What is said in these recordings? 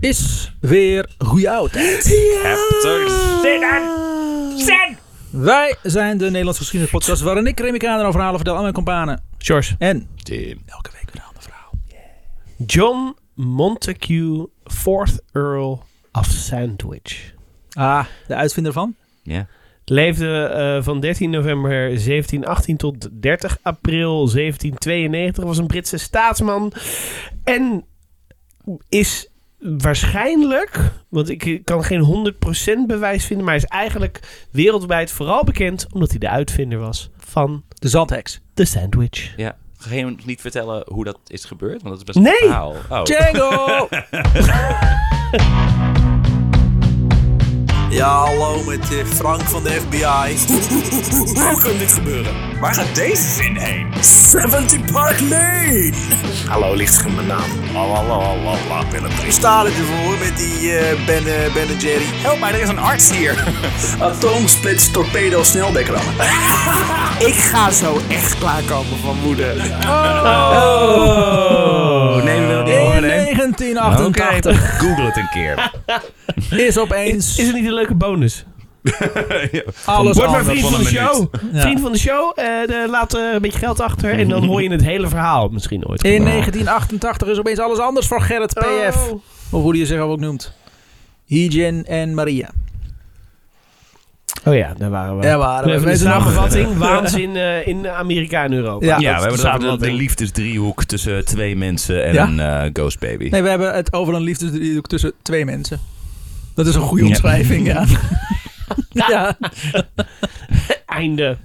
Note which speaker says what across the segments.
Speaker 1: is weer goede oudheid.
Speaker 2: Hebt er zin in? Zin!
Speaker 1: Wij zijn de Nederlandse geschiedenis podcast waarin ik Remy Kader een verhalen vertel aan mijn kompanen. George. En
Speaker 2: Tim.
Speaker 1: elke week weer een ander verhaal.
Speaker 3: John Montague, 4th Earl of Sandwich.
Speaker 1: Ah, de uitvinder van?
Speaker 2: Ja.
Speaker 3: Leefde eh, van 13 november 1718 tot 30 april 1792. Was een Britse staatsman. En is waarschijnlijk, want ik kan geen 100% bewijs vinden, maar hij is eigenlijk wereldwijd vooral bekend omdat hij de uitvinder was van
Speaker 1: De zandheks.
Speaker 3: de sandwich.
Speaker 2: ja. Ga je hem niet vertellen hoe dat is gebeurd? Want dat is best
Speaker 3: Nee!
Speaker 2: een verhaal. Oh.
Speaker 1: Django!
Speaker 4: Ja, hallo met eh, Frank van de FBI. Hoe kan dit gebeuren? Waar gaat deze zin heen? 70 Park Lane! Hallo, ligt in mijn naam. Lalalala, Ik sta er voor met die eh, ben, eh, ben en Jerry. Help mij, er is een arts hier. Atoomsplits, torpedo, sneldekker. Ik ga zo echt klaarkomen van moeder.
Speaker 2: Oh, nee, Oh. we willen die
Speaker 1: In
Speaker 2: overnemen.
Speaker 1: 1988
Speaker 2: Google het een keer.
Speaker 1: is opeens
Speaker 3: Is het niet een leuke bonus?
Speaker 1: alles
Speaker 3: Word maar
Speaker 1: anders.
Speaker 3: vriend
Speaker 2: van
Speaker 3: van de
Speaker 2: een
Speaker 3: show.
Speaker 1: Ja.
Speaker 3: Vriend van de show. eh, de- laat eh, een beetje geld achter. En dan hoor je het hele verhaal misschien ooit.
Speaker 1: In 1988 is opeens alles anders voor Gerrit PF.
Speaker 3: Oh.
Speaker 1: Of hoe die zich ook noemt. Hygien en Maria.
Speaker 3: Oh ja, daar waren we.
Speaker 1: Daar waren we.
Speaker 3: Even een
Speaker 1: Weet je nog?
Speaker 3: samenvatting. Waanzin eh, in Amerika en Europa.
Speaker 1: Ja.
Speaker 2: Ja,
Speaker 3: Dat
Speaker 2: we hebben
Speaker 3: is
Speaker 2: het
Speaker 3: de
Speaker 2: over de, de
Speaker 3: samenvatting.
Speaker 2: liefdesdriehoek tussen twee mensen en
Speaker 1: Ja?
Speaker 2: een eh, ghost baby.
Speaker 1: Nee, we hebben het over een liefdesdriehoek tussen twee mensen. Dat is een goede
Speaker 2: Ja.
Speaker 1: omschrijving, ja. ja.
Speaker 3: Einde.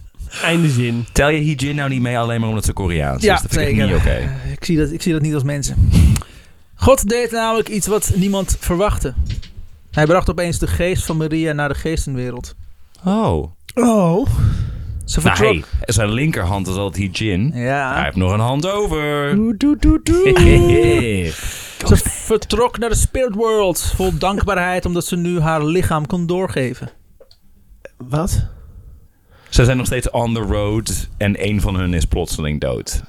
Speaker 3: Einde zin.
Speaker 2: Tel je Hijin nou niet mee alleen maar omdat ze Koreaans
Speaker 1: Ja,
Speaker 2: is? Dat vind
Speaker 1: zeker.
Speaker 2: ik niet oké.
Speaker 1: Eh, Ik, zie dat, ik zie dat niet als mensen. God deed namelijk iets wat niemand verwachtte. Hij bracht opeens de geest van Maria naar de geestenwereld.
Speaker 2: Oh.
Speaker 3: Oh.
Speaker 1: Ze
Speaker 2: Nou,
Speaker 1: vertrok.
Speaker 2: hey, zijn linkerhand is altijd Hijin. Hij
Speaker 1: Ja.
Speaker 2: heeft nog een hand over.
Speaker 3: Doe, doe, doe, doe.
Speaker 1: Ze vertrok naar de spirit world. Vol dankbaarheid omdat ze nu haar lichaam kon doorgeven.
Speaker 3: Wat?
Speaker 2: Ze zijn nog steeds on the road en een van hun is plotseling dood.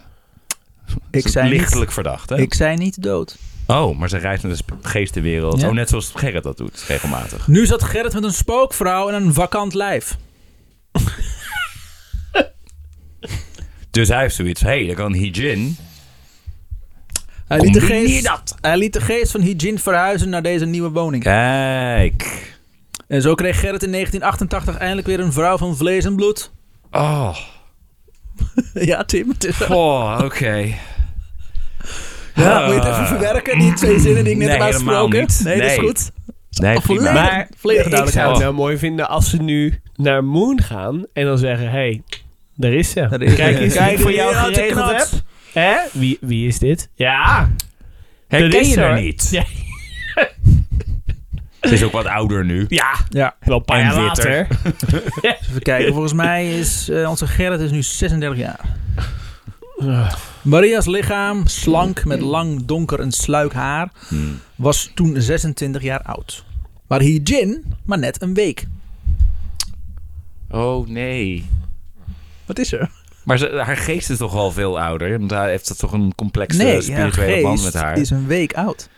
Speaker 2: Dat
Speaker 1: Ik
Speaker 2: is
Speaker 1: zei, niet,
Speaker 2: lichtelijk verdacht, hè?
Speaker 1: ik zei niet dood.
Speaker 2: Oh, maar ze reist naar de sp- geestenwereld.
Speaker 1: Ja.
Speaker 2: Oh, net zoals Gerrit dat doet, regelmatig.
Speaker 1: Nu zat Gerrit met een spookvrouw en een vakant lijf.
Speaker 2: Dus hij heeft zoiets. Hé, hey, dan kan Hijin.
Speaker 1: Hij liet, de
Speaker 2: Combineer
Speaker 1: geest,
Speaker 2: dat.
Speaker 1: hij liet de geest van Hijin verhuizen naar deze nieuwe woning.
Speaker 2: Kijk.
Speaker 1: En zo kreeg Gerrit in 1988 eindelijk weer een vrouw van vlees en bloed.
Speaker 2: Oh,
Speaker 1: ja, Tim. het is-
Speaker 2: oh oké.
Speaker 1: Ja, moet je het
Speaker 2: Ah.
Speaker 1: even verwerken, die twee zinnen die ik net
Speaker 2: Nee,
Speaker 1: heb
Speaker 2: helemaal
Speaker 1: uitgesproken?
Speaker 2: niet.
Speaker 1: Nee, dat is
Speaker 2: Nee.
Speaker 1: goed.
Speaker 2: Nee,
Speaker 1: Volledig,
Speaker 2: prima.
Speaker 1: volledig
Speaker 3: ik
Speaker 1: duidelijk.
Speaker 3: zou het
Speaker 2: Oh.
Speaker 3: nou mooi vinden als ze nu naar Moon gaan. En dan zeggen, hé, hey, daar is ze.
Speaker 1: Daar is ze.
Speaker 3: Kijk eens
Speaker 1: Kijk
Speaker 3: wie ik voor
Speaker 1: wie
Speaker 3: jou
Speaker 1: je uit de
Speaker 3: geregeld
Speaker 1: knot.
Speaker 3: heb. Hè? Wie, wie is dit? Ja. dat
Speaker 2: Herken
Speaker 3: is
Speaker 2: je
Speaker 3: ze,
Speaker 2: haar
Speaker 3: hoor.
Speaker 2: niet?
Speaker 3: Ja.
Speaker 2: Ze is ook wat ouder nu.
Speaker 3: ja.
Speaker 1: Ja, Dus
Speaker 3: Wel een paar
Speaker 2: En
Speaker 3: jaar
Speaker 2: witter.
Speaker 3: later.
Speaker 1: even kijken. Volgens mij is eh, onze Gerrit is nu 36 jaar. Maria's lichaam, slank met lang donker en sluik haar,
Speaker 2: Hmm.
Speaker 1: was toen 26 jaar oud. Maar Hijin, maar net een week.
Speaker 2: Oh, nee.
Speaker 1: Wat is er?
Speaker 2: Maar ze- haar geest is toch al veel ouder? Want hij heeft dat toch een complexe
Speaker 1: eh,
Speaker 2: spirituele
Speaker 1: haar
Speaker 2: band
Speaker 1: geest
Speaker 2: met haar.
Speaker 1: is een week oud.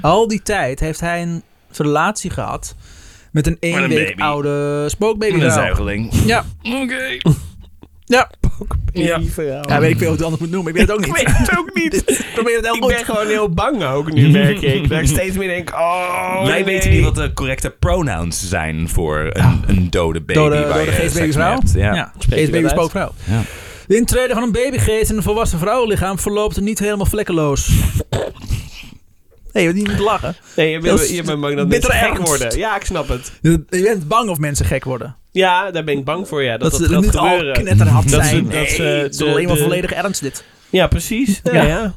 Speaker 1: Al die tijd heeft hij een relatie gehad met een één
Speaker 2: Met een
Speaker 1: week
Speaker 2: baby.
Speaker 1: oude spookbaby.
Speaker 2: Een zuigeling.
Speaker 1: Ja,
Speaker 2: Oké.
Speaker 1: ja.
Speaker 2: Ja.
Speaker 1: ja, weet ik veel hoe ik het anders moet noemen. Ik weet het ook
Speaker 3: Ik
Speaker 1: niet.
Speaker 3: weet het ook niet.
Speaker 1: Ik probeer het heel
Speaker 3: Ik ben
Speaker 1: goed.
Speaker 3: gewoon heel bang ook nu, merk ik. Dat ik steeds meer denk, oh
Speaker 2: Wij
Speaker 3: nee.
Speaker 2: weten niet wat de correcte pronouns zijn voor
Speaker 1: Ah.
Speaker 2: een, een dode baby.
Speaker 1: Door de,
Speaker 2: waar
Speaker 1: door de
Speaker 2: je seks mee
Speaker 1: geestbabyvrouw.
Speaker 2: hebt. Ja.
Speaker 1: ja.
Speaker 3: Spreek je dat
Speaker 1: geestbaby
Speaker 3: uit?
Speaker 1: spookvrouw.
Speaker 2: Ja.
Speaker 1: De intrede van een babygeest in een volwassen vrouwenlichaam verloopt niet helemaal vlekkeloos. Nee, je moet niet lachen.
Speaker 3: Nee, je
Speaker 1: Dat
Speaker 3: bent,
Speaker 1: is
Speaker 3: je bent bang dat
Speaker 1: bittere
Speaker 3: mensen gek
Speaker 1: ernst.
Speaker 3: worden. Ja, ik snap het.
Speaker 1: Je bent bang of mensen gek worden.
Speaker 3: Ja, daar ben ik bang voor, ja. Dat,
Speaker 1: Dat,
Speaker 3: dat,
Speaker 1: ze
Speaker 3: gaat
Speaker 1: niet
Speaker 3: gebeuren.
Speaker 1: al knetterhap
Speaker 3: Dat ze-
Speaker 1: zijn.
Speaker 3: dat
Speaker 1: Nee,
Speaker 3: ze
Speaker 1: het is
Speaker 3: de-
Speaker 1: alleen maar
Speaker 3: de-
Speaker 1: volledig ernst dit.
Speaker 3: Ja, precies. Ja,
Speaker 1: Ja.
Speaker 3: ja.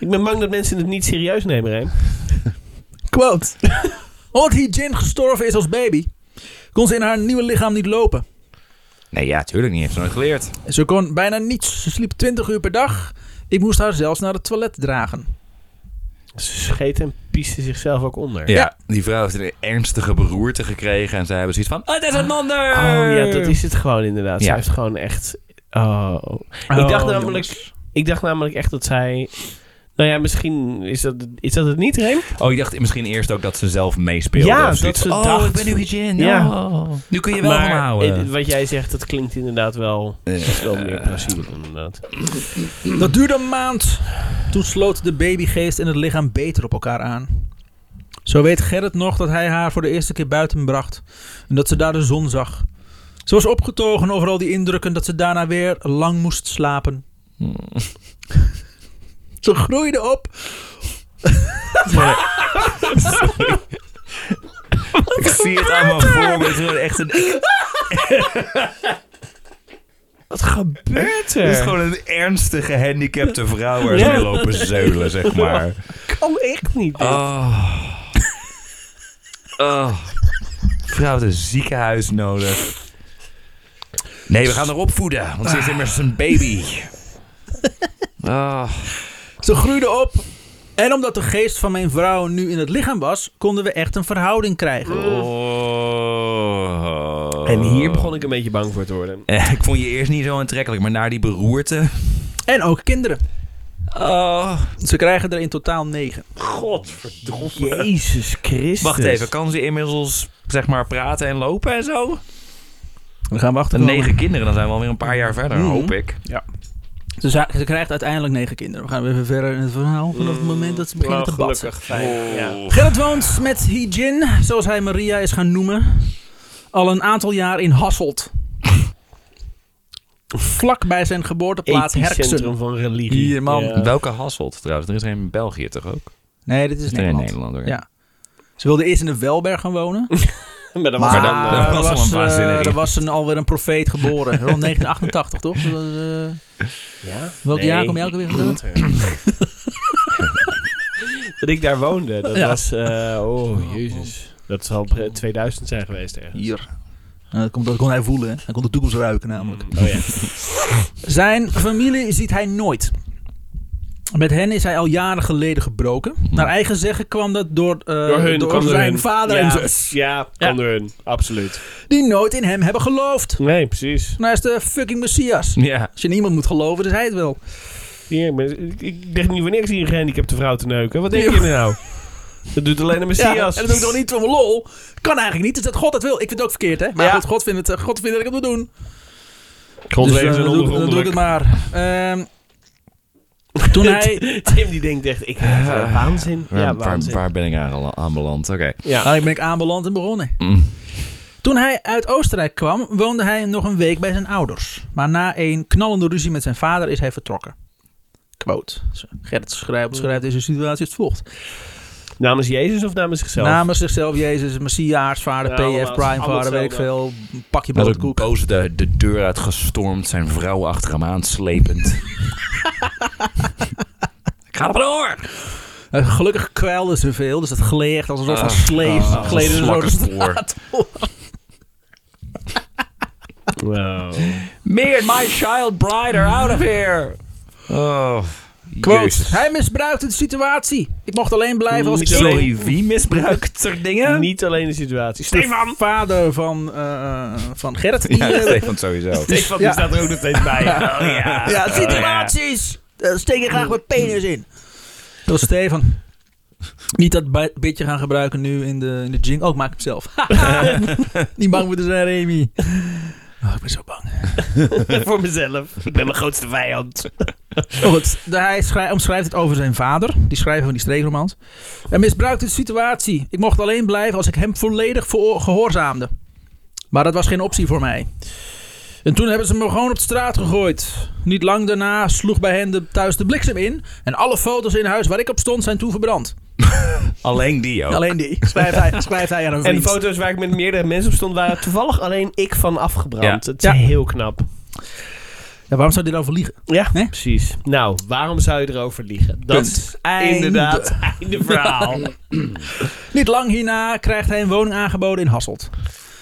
Speaker 3: Ik ben bang dat mensen het niet serieus nemen, Rijn.
Speaker 1: Quote. Omdat Jin gestorven is als baby, kon ze in haar nieuwe lichaam niet lopen.
Speaker 2: Nee, ja, tuurlijk niet. Heeft ze nooit geleerd.
Speaker 1: Ze kon bijna niets. Ze sliep 20 uur per dag. Ik moest haar zelfs naar het toilet dragen.
Speaker 3: Ze scheten en piesten zichzelf ook onder.
Speaker 2: Ja.
Speaker 1: Ja.
Speaker 2: Die vrouw heeft een ernstige beroerte gekregen. En zij hebben zoiets van... "Ah." Het is een ander!
Speaker 3: Oh ja, dat is het gewoon inderdaad. Zij
Speaker 2: Ja.
Speaker 3: heeft gewoon echt... Oh. ik, dacht namelijk, ik dacht namelijk echt dat zij... Nou ja, misschien is dat, is dat het niet, Reem?
Speaker 2: Oh, ik dacht misschien eerst ook dat ze zelf meespeelden.
Speaker 3: Ja,
Speaker 2: of
Speaker 3: dat
Speaker 2: zoiets.
Speaker 3: ze
Speaker 2: oh,
Speaker 3: dacht-
Speaker 2: ik ben nu Eugene.
Speaker 3: Ja.
Speaker 2: Oh. Nu kun je wel van me houden.
Speaker 3: eh, wat jij zegt, dat klinkt inderdaad wel, is wel meer plezierig inderdaad.
Speaker 1: Dat duurde een maand. Toen sloot de babygeest en het lichaam beter op elkaar aan. Zo weet Gerrit nog dat hij haar voor de eerste keer buiten bracht. En dat ze daar de zon zag. Ze was opgetogen over al die indrukken dat ze daarna weer lang moest slapen. ze groeide op.
Speaker 2: ik zie het aan me voor me. Het is echt een, het
Speaker 3: Wat gebeurt er?
Speaker 2: is gewoon een ernstige gehandicapte vrouw waar ze
Speaker 3: Ja.
Speaker 2: mee lopen zeulen, zeg maar.
Speaker 3: kan echt niet. dit.
Speaker 2: Oh. Oh. Vrouw heeft een ziekenhuis nodig. Nee, we gaan haar opvoeden, want ze is immers een baby. Oh.
Speaker 1: Ze groeide op. En omdat de geest van mijn vrouw nu in het lichaam was, konden we echt een verhouding krijgen.
Speaker 3: En hier begon ik een beetje bang voor te worden.
Speaker 2: Oh. Eh, Ik vond je eerst niet zo aantrekkelijk, maar na die beroerte...
Speaker 1: En ook kinderen.
Speaker 2: Oh.
Speaker 1: Ze krijgen er in totaal negen.
Speaker 3: Godverdomme. Jezus Christus.
Speaker 2: Wacht even, kan ze inmiddels zeg maar praten en lopen en zo?
Speaker 1: We gaan wachten.
Speaker 2: Negen kinderen, dan zijn we alweer een paar jaar verder,
Speaker 1: Mhm.
Speaker 2: hoop ik.
Speaker 1: Ze, za- ze krijgt uiteindelijk negen kinderen. We gaan weer even verder in het verhaal vanaf het moment dat ze beginnen te Oh. batsen.
Speaker 3: fijn. Ja.
Speaker 1: Gerrit woont met Hijin, zoals hij Maria is gaan noemen, al een aantal jaar in Hasselt. Vlak bij zijn geboorteplaats
Speaker 3: Epicentrum
Speaker 1: Herksen.
Speaker 3: van religie.
Speaker 1: Hier, man.
Speaker 3: Ja.
Speaker 2: Welke Hasselt trouwens? Er is een in België toch ook?
Speaker 1: Nee, dit is
Speaker 2: Is er een
Speaker 1: Nederland.
Speaker 2: Nederlander?
Speaker 1: Ja. Ze wilde eerst in de Welberg gaan wonen.
Speaker 3: Maar dan was
Speaker 1: Maar
Speaker 3: er
Speaker 1: dan,
Speaker 3: dan... eh,
Speaker 2: was al
Speaker 1: eh,
Speaker 2: een waanzinnig.
Speaker 1: er was een, alweer een profeet geboren. Rond 1988, toch? Dus, eh,
Speaker 3: ja?
Speaker 1: welk
Speaker 3: Nee. eh,
Speaker 1: jaar kom je elke weer geteld?
Speaker 3: Dat ik daar woonde, dat
Speaker 1: Ja.
Speaker 3: was... eh, oh, jezus. Dat zal pre- 2000 zijn geweest ergens.
Speaker 1: Hier. Nou, dat, kon, dat kon hij voelen, hè? Hij kon de toekomst ruiken namelijk.
Speaker 3: Oh ja.
Speaker 1: Zijn familie ziet hij nooit. Met hen is hij al jaren geleden gebroken. Naar eigen zeggen kwam dat door, eh,
Speaker 3: Door hun, kwam door
Speaker 1: zijn
Speaker 3: hun.
Speaker 1: vader
Speaker 3: ja,
Speaker 1: en zus.
Speaker 3: Ja, kan door hun. Absoluut.
Speaker 1: Die nooit in hem hebben geloofd.
Speaker 3: Nee, precies.
Speaker 1: Nou, hij is de fucking messias.
Speaker 2: Ja.
Speaker 1: Als je niemand moet geloven, is hij het wel.
Speaker 3: Hier, ik ben- ik, ik denk niet wanneer ik zie een gehandicapte vrouw te neuken. Wat denk je nou? Dat doet alleen een
Speaker 1: Ja,
Speaker 3: messias.
Speaker 1: en dat doe ik toch niet voor mijn lol? Kan eigenlijk niet. Dus dat God dat wil. Ik vind het ook verkeerd, hè? Maar
Speaker 3: Ja.
Speaker 1: goed, God vindt het, eh, God vindt dat ik het moet doen.
Speaker 3: God
Speaker 1: Dus,
Speaker 3: weet
Speaker 1: eh,
Speaker 3: zijn
Speaker 1: dan, doe, ik- dan doe ik het maar. Ehm, toen hij...
Speaker 3: Tim die denkt echt, ik eh, waanzin.
Speaker 2: Waar,
Speaker 3: Ja,
Speaker 2: waar,
Speaker 3: waanzin.
Speaker 2: waar ben ik aan aanbeland? Oké.
Speaker 3: Ja.
Speaker 1: Ah, ik ben ik aanbeland en begonnen.
Speaker 2: Mm.
Speaker 1: Toen hij uit Oostenrijk kwam, woonde hij nog een week bij zijn ouders. Maar na een knallende ruzie met zijn vader is hij vertrokken. Quote. Gerrit
Speaker 3: Mm.
Speaker 1: schrijft, schrijft deze situatie als volgt.
Speaker 3: Namens Jezus of namens zichzelf?
Speaker 1: Namens zichzelf, Jezus, Messiaars, vader,
Speaker 3: Ja,
Speaker 1: PF,
Speaker 3: allemaal-
Speaker 1: Prime,
Speaker 3: allemaal
Speaker 1: vader, weet ik veel. Pak je
Speaker 2: Dat ik
Speaker 1: broodkoek.
Speaker 2: boos de, de deur uitgestormd, zijn vrouw achter hem aanslepend. ik ga er maar door!
Speaker 1: Eh, gelukkig kwijlde ze veel, dus dat gleed echt als een soort van
Speaker 2: Ah,
Speaker 1: sleef.
Speaker 2: ah,
Speaker 1: gleden ze zo de
Speaker 2: slakkenspoor.
Speaker 1: straat op.
Speaker 3: Wow.
Speaker 2: Me and my child bride are out of here! Oh,
Speaker 1: Quote,
Speaker 2: jezus.
Speaker 1: hij misbruikte de situatie. Ik mocht alleen blijven
Speaker 3: Mm,
Speaker 1: als ik...
Speaker 2: Sorry, wie misbruikt er dingen?
Speaker 3: Niet alleen de situatie.
Speaker 1: De vader van, eh, van Gerrit. die, eh,
Speaker 2: Stefan sowieso.
Speaker 3: Stefan
Speaker 1: Ja.
Speaker 3: staat er ook nog steeds bij. Oh, ja.
Speaker 1: Ja, situaties. Daar steek ik graag mijn penis in. Dat was Stefan. Niet dat bi- bitje gaan gebruiken nu in de, in de jing. Oh, ik maak hem zelf. Niet bang moeten zijn, Remy. Oh, ik ben zo bang.
Speaker 3: Voor mezelf. Ik ben mijn grootste vijand.
Speaker 1: Goed, de- hij schrij- omschrijft het over zijn vader. Die schrijver van die streekromans. Hij misbruikte de situatie. Ik mocht alleen blijven als ik hem volledig veroor- gehoorzaamde. Maar dat was geen optie voor mij. En toen hebben ze me gewoon op de straat gegooid. Niet lang daarna sloeg bij hen de, thuis de bliksem in. En alle foto's in huis waar ik op stond zijn toen verbrand.
Speaker 2: Alleen die ook.
Speaker 1: Alleen die, schrijft hij, schrijft hij aan een
Speaker 3: Oh. En
Speaker 1: vriend.
Speaker 3: de foto's waar ik met meerdere mensen op stond, waren toevallig alleen ik van afgebrand.
Speaker 2: Ja.
Speaker 3: Het is
Speaker 1: Ja.
Speaker 3: heel knap.
Speaker 1: Ja, waarom zou die dan liegen?
Speaker 3: Ja,
Speaker 1: Hè?
Speaker 3: precies. Nou, waarom zou je erover liegen? Dat
Speaker 1: Punt.
Speaker 3: is inderdaad einde verhaal.
Speaker 1: Niet lang hierna krijgt hij een woning aangeboden in Hasselt.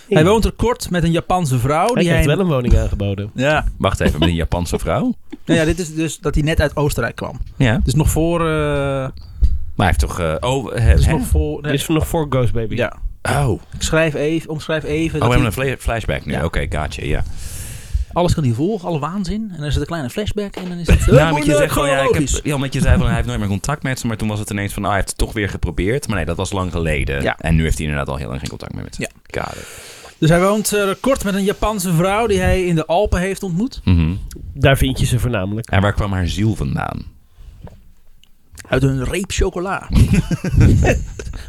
Speaker 1: Hij woont er kort met een Japanse vrouw.
Speaker 3: Hij
Speaker 1: die
Speaker 3: heeft wel een woning aangeboden.
Speaker 1: Ja,
Speaker 2: Wacht even, met een Japanse vrouw?
Speaker 1: nou ja, dit is dus dat hij net uit Oostenrijk kwam.
Speaker 2: Ja.
Speaker 1: Dus nog voor. eh
Speaker 2: Maar hij heeft toch... eh, oh, hè,
Speaker 1: dus
Speaker 2: hè?
Speaker 1: nog voor
Speaker 3: Dit is nog voor Ghost Baby.
Speaker 1: ja.
Speaker 2: oh.
Speaker 1: Ik schrijf even, omschrijf even.
Speaker 2: Oh, we
Speaker 1: dat
Speaker 2: hebben
Speaker 1: hij-
Speaker 2: een fla- flashback nu.
Speaker 1: Ja.
Speaker 2: Oké, gotcha, ja.
Speaker 1: Alles kan hij volgen, alle waanzin. En dan is het een kleine flashback en dan is het... Eh,
Speaker 2: Ja, Nou, omdat je zegt van, ja, ik heb,
Speaker 1: chronologisch.
Speaker 2: ja, omdat je zei van hij heeft nooit meer contact met ze, maar toen was het ineens van ah, hij heeft het toch weer geprobeerd. Maar nee, dat was lang geleden.
Speaker 1: Ja.
Speaker 2: En nu heeft hij inderdaad al heel lang geen contact meer met ze.
Speaker 1: Ja.
Speaker 2: Got it.
Speaker 1: Dus hij woont eh, kort met een Japanse vrouw die hij in de Alpen heeft ontmoet.
Speaker 2: Mhm.
Speaker 3: Daar vind je ze voornamelijk.
Speaker 2: En waar kwam haar ziel vandaan?
Speaker 1: Uit een reep chocola.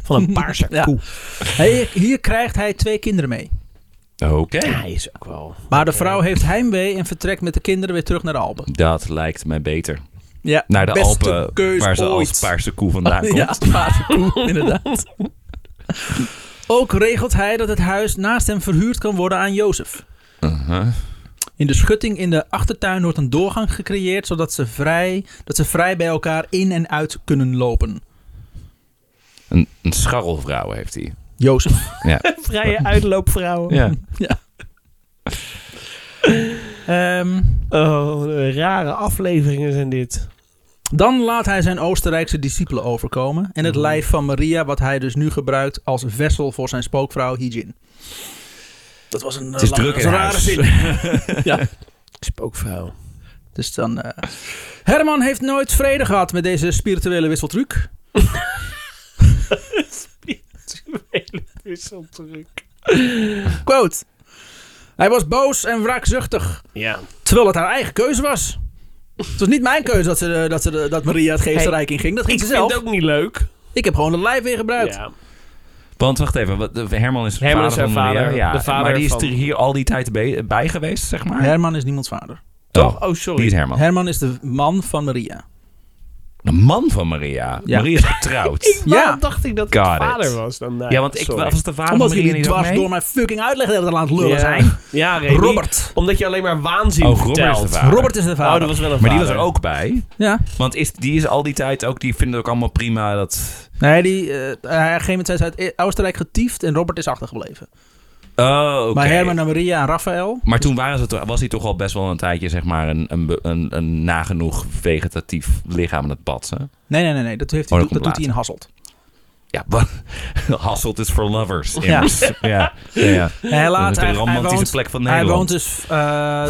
Speaker 3: Van een paarse
Speaker 1: Ja.
Speaker 3: koe.
Speaker 1: Hij- hier krijgt hij twee kinderen mee.
Speaker 2: Oké.
Speaker 3: Ja, hij is ook wel...
Speaker 1: Maar de vrouw heeft heimwee en vertrekt met de kinderen weer terug naar de Alpen.
Speaker 2: Dat lijkt mij beter.
Speaker 1: Ja,
Speaker 2: Naar de
Speaker 1: beste
Speaker 2: Alpen,
Speaker 1: keus
Speaker 2: waar ze
Speaker 1: ooit.
Speaker 2: als paarse koe vandaan komt.
Speaker 1: Ja, paarse koe, inderdaad. Ook regelt hij dat het huis naast hem verhuurd kan worden aan Jozef.
Speaker 2: Uh-huh.
Speaker 1: In de schutting in de achtertuin wordt een doorgang gecreëerd... zodat ze vrij, dat ze vrij bij elkaar in en uit kunnen lopen.
Speaker 2: Een, een scharrelvrouw heeft hij.
Speaker 1: Jozef.
Speaker 2: Ja.
Speaker 3: Vrije uitloopvrouwen.
Speaker 2: ja.
Speaker 1: ja. Ehm,
Speaker 3: Oh, eh, rare afleveringen zijn dit.
Speaker 1: dan laat hij zijn Oostenrijkse discipelen overkomen... en het
Speaker 2: Mhm.
Speaker 1: lijf van Maria, wat hij dus nu gebruikt... als vessel voor zijn spookvrouw Hijin. Dat was een, eh,
Speaker 2: Het is
Speaker 1: lange-
Speaker 2: druk
Speaker 1: dat
Speaker 2: in
Speaker 1: was een rare
Speaker 2: huis.
Speaker 1: zin. ja.
Speaker 3: Spookvrouw.
Speaker 1: Dus dan. eh, Herman heeft nooit vrede gehad met deze spirituele wisseltruc. Quote: Hij was boos en wraakzuchtig.
Speaker 3: Ja.
Speaker 1: Terwijl het haar eigen keuze was. Het was niet mijn keuze dat, ze, eh, dat, ze, eh, dat Maria het geestenrijk in ging. Dat ging
Speaker 3: Ik
Speaker 1: ze
Speaker 3: vind
Speaker 1: zelf.
Speaker 3: het ook niet leuk.
Speaker 1: Ik heb gewoon het lijf weer gebruikt.
Speaker 3: Ja.
Speaker 2: Want wacht even, wat, de- Herman is vader
Speaker 3: Herman is haar
Speaker 2: van Maria.
Speaker 3: vader,
Speaker 2: Ja,
Speaker 3: de vader
Speaker 2: maar die is
Speaker 3: van-
Speaker 2: er hier al die tijd bij, bij geweest, zeg maar.
Speaker 1: Herman is niemands vader.
Speaker 2: Toch?
Speaker 3: Oh,
Speaker 2: Die is
Speaker 3: sorry. Ah,
Speaker 2: Herman.
Speaker 1: Herman is de man van Maria.
Speaker 2: De man van Maria.
Speaker 1: Ja.
Speaker 2: Maria is getrouwd.
Speaker 1: Ja.
Speaker 3: Waarom dacht ik dat het
Speaker 2: Got it.
Speaker 3: vader was dan? daar?
Speaker 2: ja, want ik
Speaker 3: Sorry.
Speaker 2: was de vader
Speaker 1: Omdat
Speaker 2: van Maria
Speaker 1: jullie
Speaker 2: niet ook
Speaker 1: dwars
Speaker 2: mee?
Speaker 1: door mijn fucking uitleg de hele tijd aan het lullen
Speaker 3: Ja.
Speaker 1: zijn.
Speaker 3: Ja, Remy.
Speaker 1: Robert.
Speaker 3: Omdat je alleen maar waanzin
Speaker 2: Oh, Robert is
Speaker 3: vertelt.
Speaker 2: de vader.
Speaker 1: Robert is de
Speaker 3: Oh,
Speaker 1: vader.
Speaker 3: dat was wel een
Speaker 2: Maar die was
Speaker 3: vader.
Speaker 2: er ook bij.
Speaker 1: Ja.
Speaker 2: Want is, die is al die tijd ook, die vinden het ook allemaal prima dat...
Speaker 1: Nee, die, eh, op een gegeven moment zijn ze uit eh, Oostenrijk getiefd en Robert is achtergebleven.
Speaker 2: Oh, oké.
Speaker 1: Maar Herman en Maria en Raphaël.
Speaker 2: Maar toen waren ze, toch- was hij toch al best wel een tijdje, zeg maar, een, een, be- een, een nagenoeg vegetatief lichaam aan het badsen.
Speaker 1: Nee, nee, nee, nee. Dat, heeft hij,
Speaker 2: Oh, dat
Speaker 1: dat
Speaker 2: komt
Speaker 1: doet hij in Hasselt.
Speaker 2: Ja, wat? Hasselt is for lovers.
Speaker 1: Ja.
Speaker 2: immers. Ja. ja. ja,
Speaker 1: Hij
Speaker 2: Dat
Speaker 1: laat,
Speaker 2: is de
Speaker 1: hij, hij,
Speaker 2: romantische
Speaker 1: woont,
Speaker 2: plek van
Speaker 1: hij woont
Speaker 2: Nederland.
Speaker 1: dus, eh,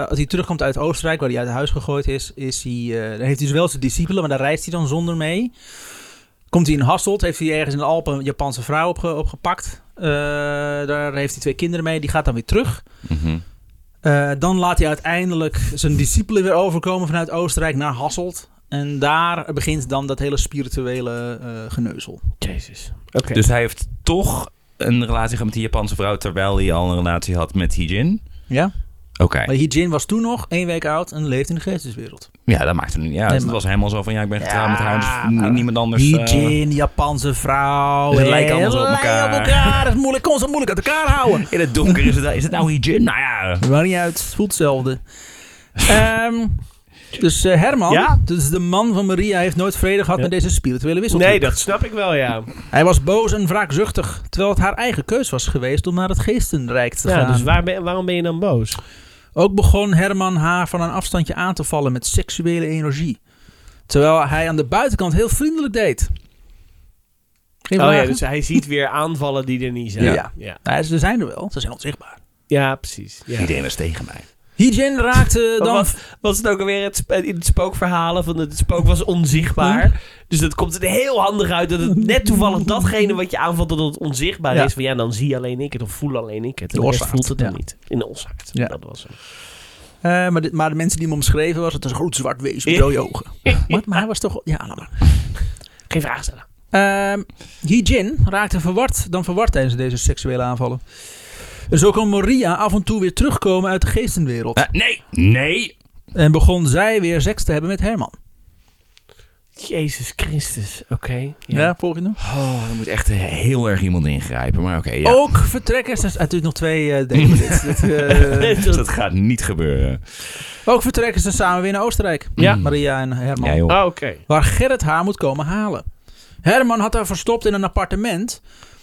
Speaker 1: eh, als hij terugkomt uit Oostenrijk, waar hij uit huis gegooid is, is hij, eh, dan heeft hij dus wel zijn discipelen, maar daar reist hij dan zonder mee. Komt hij in Hasselt, heeft hij ergens in de Alpen een Japanse vrouw opge- opgepakt. Eh, daar heeft hij twee kinderen mee, die gaat dan weer terug.
Speaker 2: Mhm.
Speaker 1: Eh, dan laat hij uiteindelijk zijn discipelen weer overkomen vanuit Oostenrijk naar Hasselt. En daar begint dan dat hele spirituele eh, geneuzel.
Speaker 3: Jezus. Oké.
Speaker 2: Dus hij heeft toch een relatie gehad met die Japanse vrouw, terwijl hij al een relatie had met Hijin.
Speaker 1: Ja?
Speaker 2: Oké.
Speaker 1: Maar Hijin was toen nog één week oud en leeft in de geesteswereld.
Speaker 2: Ja, dat maakt het niet uit.
Speaker 1: Nee,
Speaker 2: het
Speaker 1: maar-
Speaker 2: was helemaal zo van, ja, ik ben getrouwd
Speaker 1: Ja,
Speaker 2: met haar, dus
Speaker 1: maar-
Speaker 2: n- niemand anders. eh,
Speaker 1: Hijin, Japanse vrouw.
Speaker 2: Ze
Speaker 1: en
Speaker 2: lijken allemaal zo op elkaar.
Speaker 1: Dat is moeilijk. Kon ze moeilijk uit elkaar houden.
Speaker 2: in het donker is het, is het nou Hijin? Nou ja.
Speaker 1: Maakt niet uit. Het voelt hetzelfde. Ehm, dus eh, Herman,
Speaker 3: Ja?
Speaker 1: dus de man van Maria, heeft nooit vrede gehad
Speaker 3: Ja.
Speaker 1: met deze spirituele wissel.
Speaker 3: Nee, dat snap ik wel, ja.
Speaker 1: Hij was boos en wraakzuchtig, terwijl het haar eigen keus was geweest om naar het geestenrijk te
Speaker 3: ja
Speaker 1: gaan.
Speaker 3: dus waar ben- waarom ben je dan boos?
Speaker 1: Ook begon Herman haar van een afstandje aan te vallen met seksuele energie. Terwijl hij aan de buitenkant heel vriendelijk deed. Geen
Speaker 3: Oh ja,
Speaker 1: vragen?
Speaker 3: dus hij ziet weer aanvallen die er niet zijn.
Speaker 1: Ja.
Speaker 3: ja.
Speaker 1: Nou, ze zijn er wel. Ze zijn onzichtbaar.
Speaker 3: Ja, precies. Ja.
Speaker 2: Iedereen was tegen mij.
Speaker 1: Hijin raakte
Speaker 3: Maar
Speaker 1: dan...
Speaker 3: was, was het ook alweer het, sp- in het spookverhalen van het, het spook was
Speaker 1: Hm.
Speaker 3: onzichtbaar. Dus dat komt er heel handig uit dat het net toevallig datgene wat je aanvalt dat het onzichtbaar
Speaker 1: Ja.
Speaker 3: is. Van ja, dan zie alleen ik het of voel alleen ik het.
Speaker 1: De
Speaker 3: En de rest
Speaker 1: Oswaard,
Speaker 3: voelt het dan
Speaker 1: ja.
Speaker 3: niet. In de Oswaard,
Speaker 1: Ja.
Speaker 3: dat was hem.
Speaker 1: Eh, maar, de, maar de mensen die hem omschreven was, het is een groot zwart wezen met
Speaker 3: Ja.
Speaker 1: rode ogen. Maar, maar hij was toch... Ja, laat maar.
Speaker 3: Geen vraag stellen.
Speaker 1: Ehm, Hee-jin raakte verward dan verward tijdens deze seksuele aanvallen. En Zo kon Maria af en toe weer terugkomen uit de geestenwereld.
Speaker 2: Eh, nee, nee.
Speaker 1: En begon zij weer seks te hebben met Herman.
Speaker 3: Jezus Christus, oké.
Speaker 1: Ja, nou?
Speaker 3: Ja.
Speaker 1: volgende.
Speaker 2: Oh, er moet echt heel erg iemand ingrijpen. Maar oké, ja.
Speaker 1: Ook vertrekkers... Er zijn natuurlijk nog twee eh dingen. dit, dit, eh,
Speaker 2: Dus dat gaat niet gebeuren.
Speaker 1: ook vertrekkers ze samen weer naar Oostenrijk.
Speaker 3: Ja.
Speaker 1: Maria en Herman.
Speaker 2: Ja, joh.
Speaker 3: Ah, oké.
Speaker 1: waar Gerrit haar moet komen halen. Herman had haar verstopt in een appartement.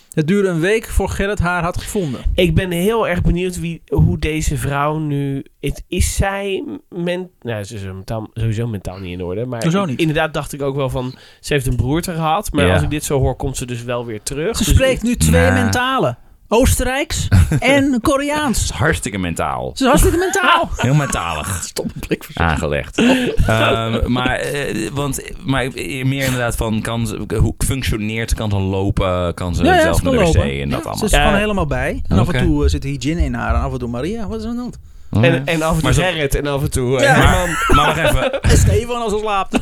Speaker 1: Het duurde een week voor Gerrit haar had gevonden.
Speaker 3: Ik ben heel erg benieuwd wie, hoe deze vrouw nu... Het, is zij... Men, nou, ze is mentaal, sowieso mentaal niet in orde. Maar
Speaker 1: Hoezo niet?
Speaker 3: inderdaad dacht ik ook wel van... Ze heeft een broerte gehad. Maar
Speaker 2: Ja.
Speaker 3: als ik dit zo hoor, komt ze dus wel weer terug.
Speaker 1: Ze
Speaker 3: Dus
Speaker 1: spreekt nu twee
Speaker 2: Nah.
Speaker 1: mentalen. Oostenrijks en Koreaans.
Speaker 2: is hartstikke mentaal.
Speaker 1: Het is hartstikke mentaal.
Speaker 2: Heel mentalig.
Speaker 1: Stop een blik voor
Speaker 2: Aangelegd. Ehm, maar, eh, want, maar meer inderdaad van kan ze, hoe functioneert, kan ze lopen, kan ze
Speaker 1: Ja, ja,
Speaker 2: zelf
Speaker 1: ze kan
Speaker 2: naar de wc
Speaker 1: lopen.
Speaker 2: en
Speaker 1: Ja,
Speaker 2: dat
Speaker 1: Ze
Speaker 2: allemaal.
Speaker 1: is gewoon
Speaker 3: Ja.
Speaker 1: helemaal bij. En af
Speaker 2: Oké.
Speaker 1: en toe eh, zit er hier gin in haar en af en toe Maria. Wat is er aan de hand?
Speaker 3: En, en af en toe
Speaker 2: Maar zo-
Speaker 3: Gerrit en af en toe eh,
Speaker 1: Ja.
Speaker 3: Herman.
Speaker 2: Hm. Maar, maar wacht even,
Speaker 1: En Stefan als ze slaapt.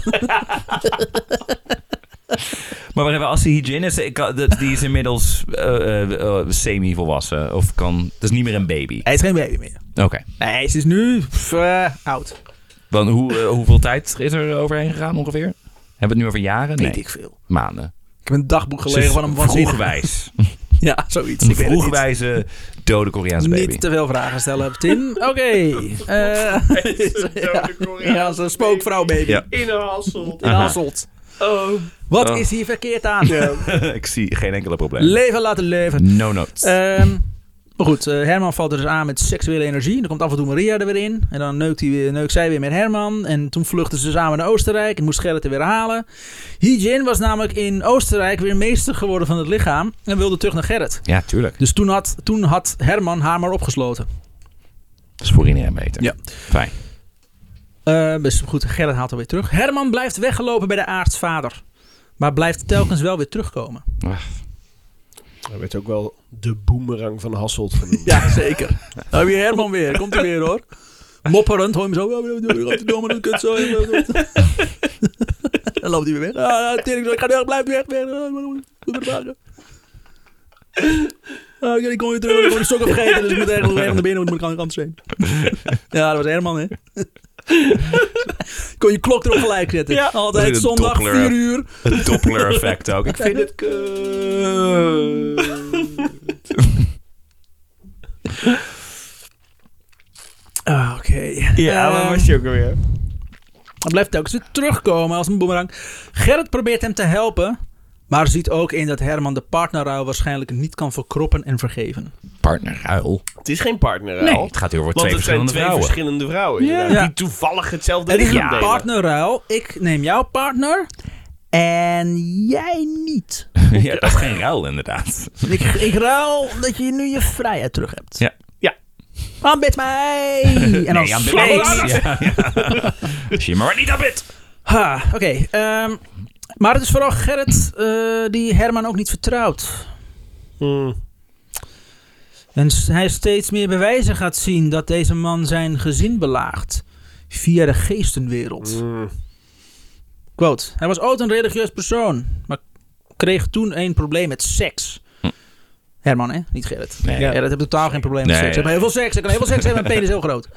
Speaker 2: maar wacht even, als die hygiënist, ik kan- dat- die is inmiddels eh, eh, eh, semi-volwassen of kan, dat is niet meer een baby.
Speaker 1: Hij is geen baby meer.
Speaker 2: Oké,
Speaker 1: Nee, ze is nu pff, eh, oud.
Speaker 2: want hoe, eh, hoeveel tijd is er overheen gegaan ongeveer? Hebben we het nu over jaren?
Speaker 1: Weet
Speaker 2: Nee,
Speaker 1: ik veel.
Speaker 2: maanden.
Speaker 1: Ik heb een dagboek
Speaker 2: Ze
Speaker 1: gelezen
Speaker 2: is
Speaker 1: van een waanzinnige...
Speaker 2: Vroegwijs.
Speaker 1: Ja, zoiets.
Speaker 2: Een
Speaker 1: Ik weet het niet.
Speaker 2: vroegwijze dode Koreaanse baby.
Speaker 1: Niet te veel vragen stellen, Tim. Oké. Eh, ja, ja, zo'n spookvrouw baby.
Speaker 2: Ja.
Speaker 3: In een hassel.
Speaker 1: In Hasselt.
Speaker 3: Oh.
Speaker 1: Wat
Speaker 2: Oh.
Speaker 1: is hier verkeerd aan?
Speaker 2: ik zie geen enkele probleem.
Speaker 1: Leven laten leven.
Speaker 2: no notes.
Speaker 1: Ehm, maar goed, eh, Herman valt er dus aan met seksuele energie. Dan komt af en toe Maria er weer in. En dan neukt, hij weer, neukt zij weer met Herman. En toen vluchtten ze samen naar Oostenrijk. En moest Gerrit er weer halen. Hijin was namelijk in Oostenrijk weer meester geworden van het lichaam. En wilde terug naar Gerrit.
Speaker 2: ja, tuurlijk.
Speaker 1: Dus toen had, toen had Herman haar maar opgesloten.
Speaker 2: Dat is voor iedereen beter.
Speaker 1: Ja.
Speaker 2: Fijn.
Speaker 1: Eh, dus goed, Gerrit haalt haar weer terug. Herman blijft weggelopen bij de aartsvader. Maar blijft telkens wel weer terugkomen.
Speaker 2: Ah.
Speaker 3: Hij werd ook wel de boemerang van Hasselt genoemd.
Speaker 1: Ja, zeker. Dan heb je Herman weer. Komt hij weer hoor. Mopperend hoor je hem zo. Godverdomme, dat kut zo. Dan loopt hij weer weg. Ah, ah, tering, ik ga weg, blijf weg. weg. Ah, Doe me de bakken. Ah, oké, ik kom weer terug, want ik word de sokken vergeten. Dus ik moet ergens weer naar binnen, want ik moet ik anders heen. Ja, dat was Herman, hè. Kon je klok erop gelijk zetten.
Speaker 3: Ja.
Speaker 2: Dat
Speaker 1: Altijd
Speaker 2: is een
Speaker 1: zondag,
Speaker 2: Doppler.
Speaker 1: 4 uur.
Speaker 2: Het Doppler effect ook. Ik vind het kut.
Speaker 1: Ah, oké.
Speaker 3: Ja,
Speaker 1: Ehm,
Speaker 3: maar was je ook alweer?
Speaker 1: Hij blijft telkens weer terugkomen als een boemerang. Gerrit probeert hem te helpen. Maar ziet ook in dat Herman de partnerruil waarschijnlijk niet kan verkroppen en vergeven.
Speaker 2: Partnerruil.
Speaker 3: Het is geen partner,
Speaker 2: Nee, het gaat hier over
Speaker 3: Want
Speaker 2: twee
Speaker 3: het zijn
Speaker 2: verschillende
Speaker 3: twee
Speaker 2: vrouwen.
Speaker 3: verschillende vrouwen inderdaad,
Speaker 1: Ja.
Speaker 3: die toevallig hetzelfde
Speaker 1: Het is
Speaker 3: lichaam
Speaker 1: een
Speaker 3: delen.
Speaker 1: partnerruil. Ik neem jouw partner. En jij niet.
Speaker 2: ja, dat is geen ruil inderdaad.
Speaker 1: Ik, ik ruil dat je nu je vrijheid terug hebt.
Speaker 2: Ja.
Speaker 3: Ja.
Speaker 1: Aanbid mij! En dan
Speaker 2: Nee, aan de
Speaker 1: slag-
Speaker 2: beet. Ja, ja. Als je maar niet aan bed.
Speaker 1: Ha, oké. ehm, maar het is vooral Gerrit eh, die Herman ook niet vertrouwt.
Speaker 3: Hmm.
Speaker 1: En s- hij steeds meer bewijzen gaat zien dat deze man zijn gezin belaagt. Via de geestenwereld.
Speaker 3: Hmm.
Speaker 1: Quote. Hij was ooit een religieus persoon. Maar kreeg toen een probleem met seks.
Speaker 2: Hm.
Speaker 1: Herman, hè? Niet Gerrit.
Speaker 2: Nee.
Speaker 1: Ja. Gerrit heeft totaal geen probleem met
Speaker 2: Nee.
Speaker 1: seks. Hij heeft heel veel seks. Hij kan heel veel seks hebben. Mijn penis is heel groot.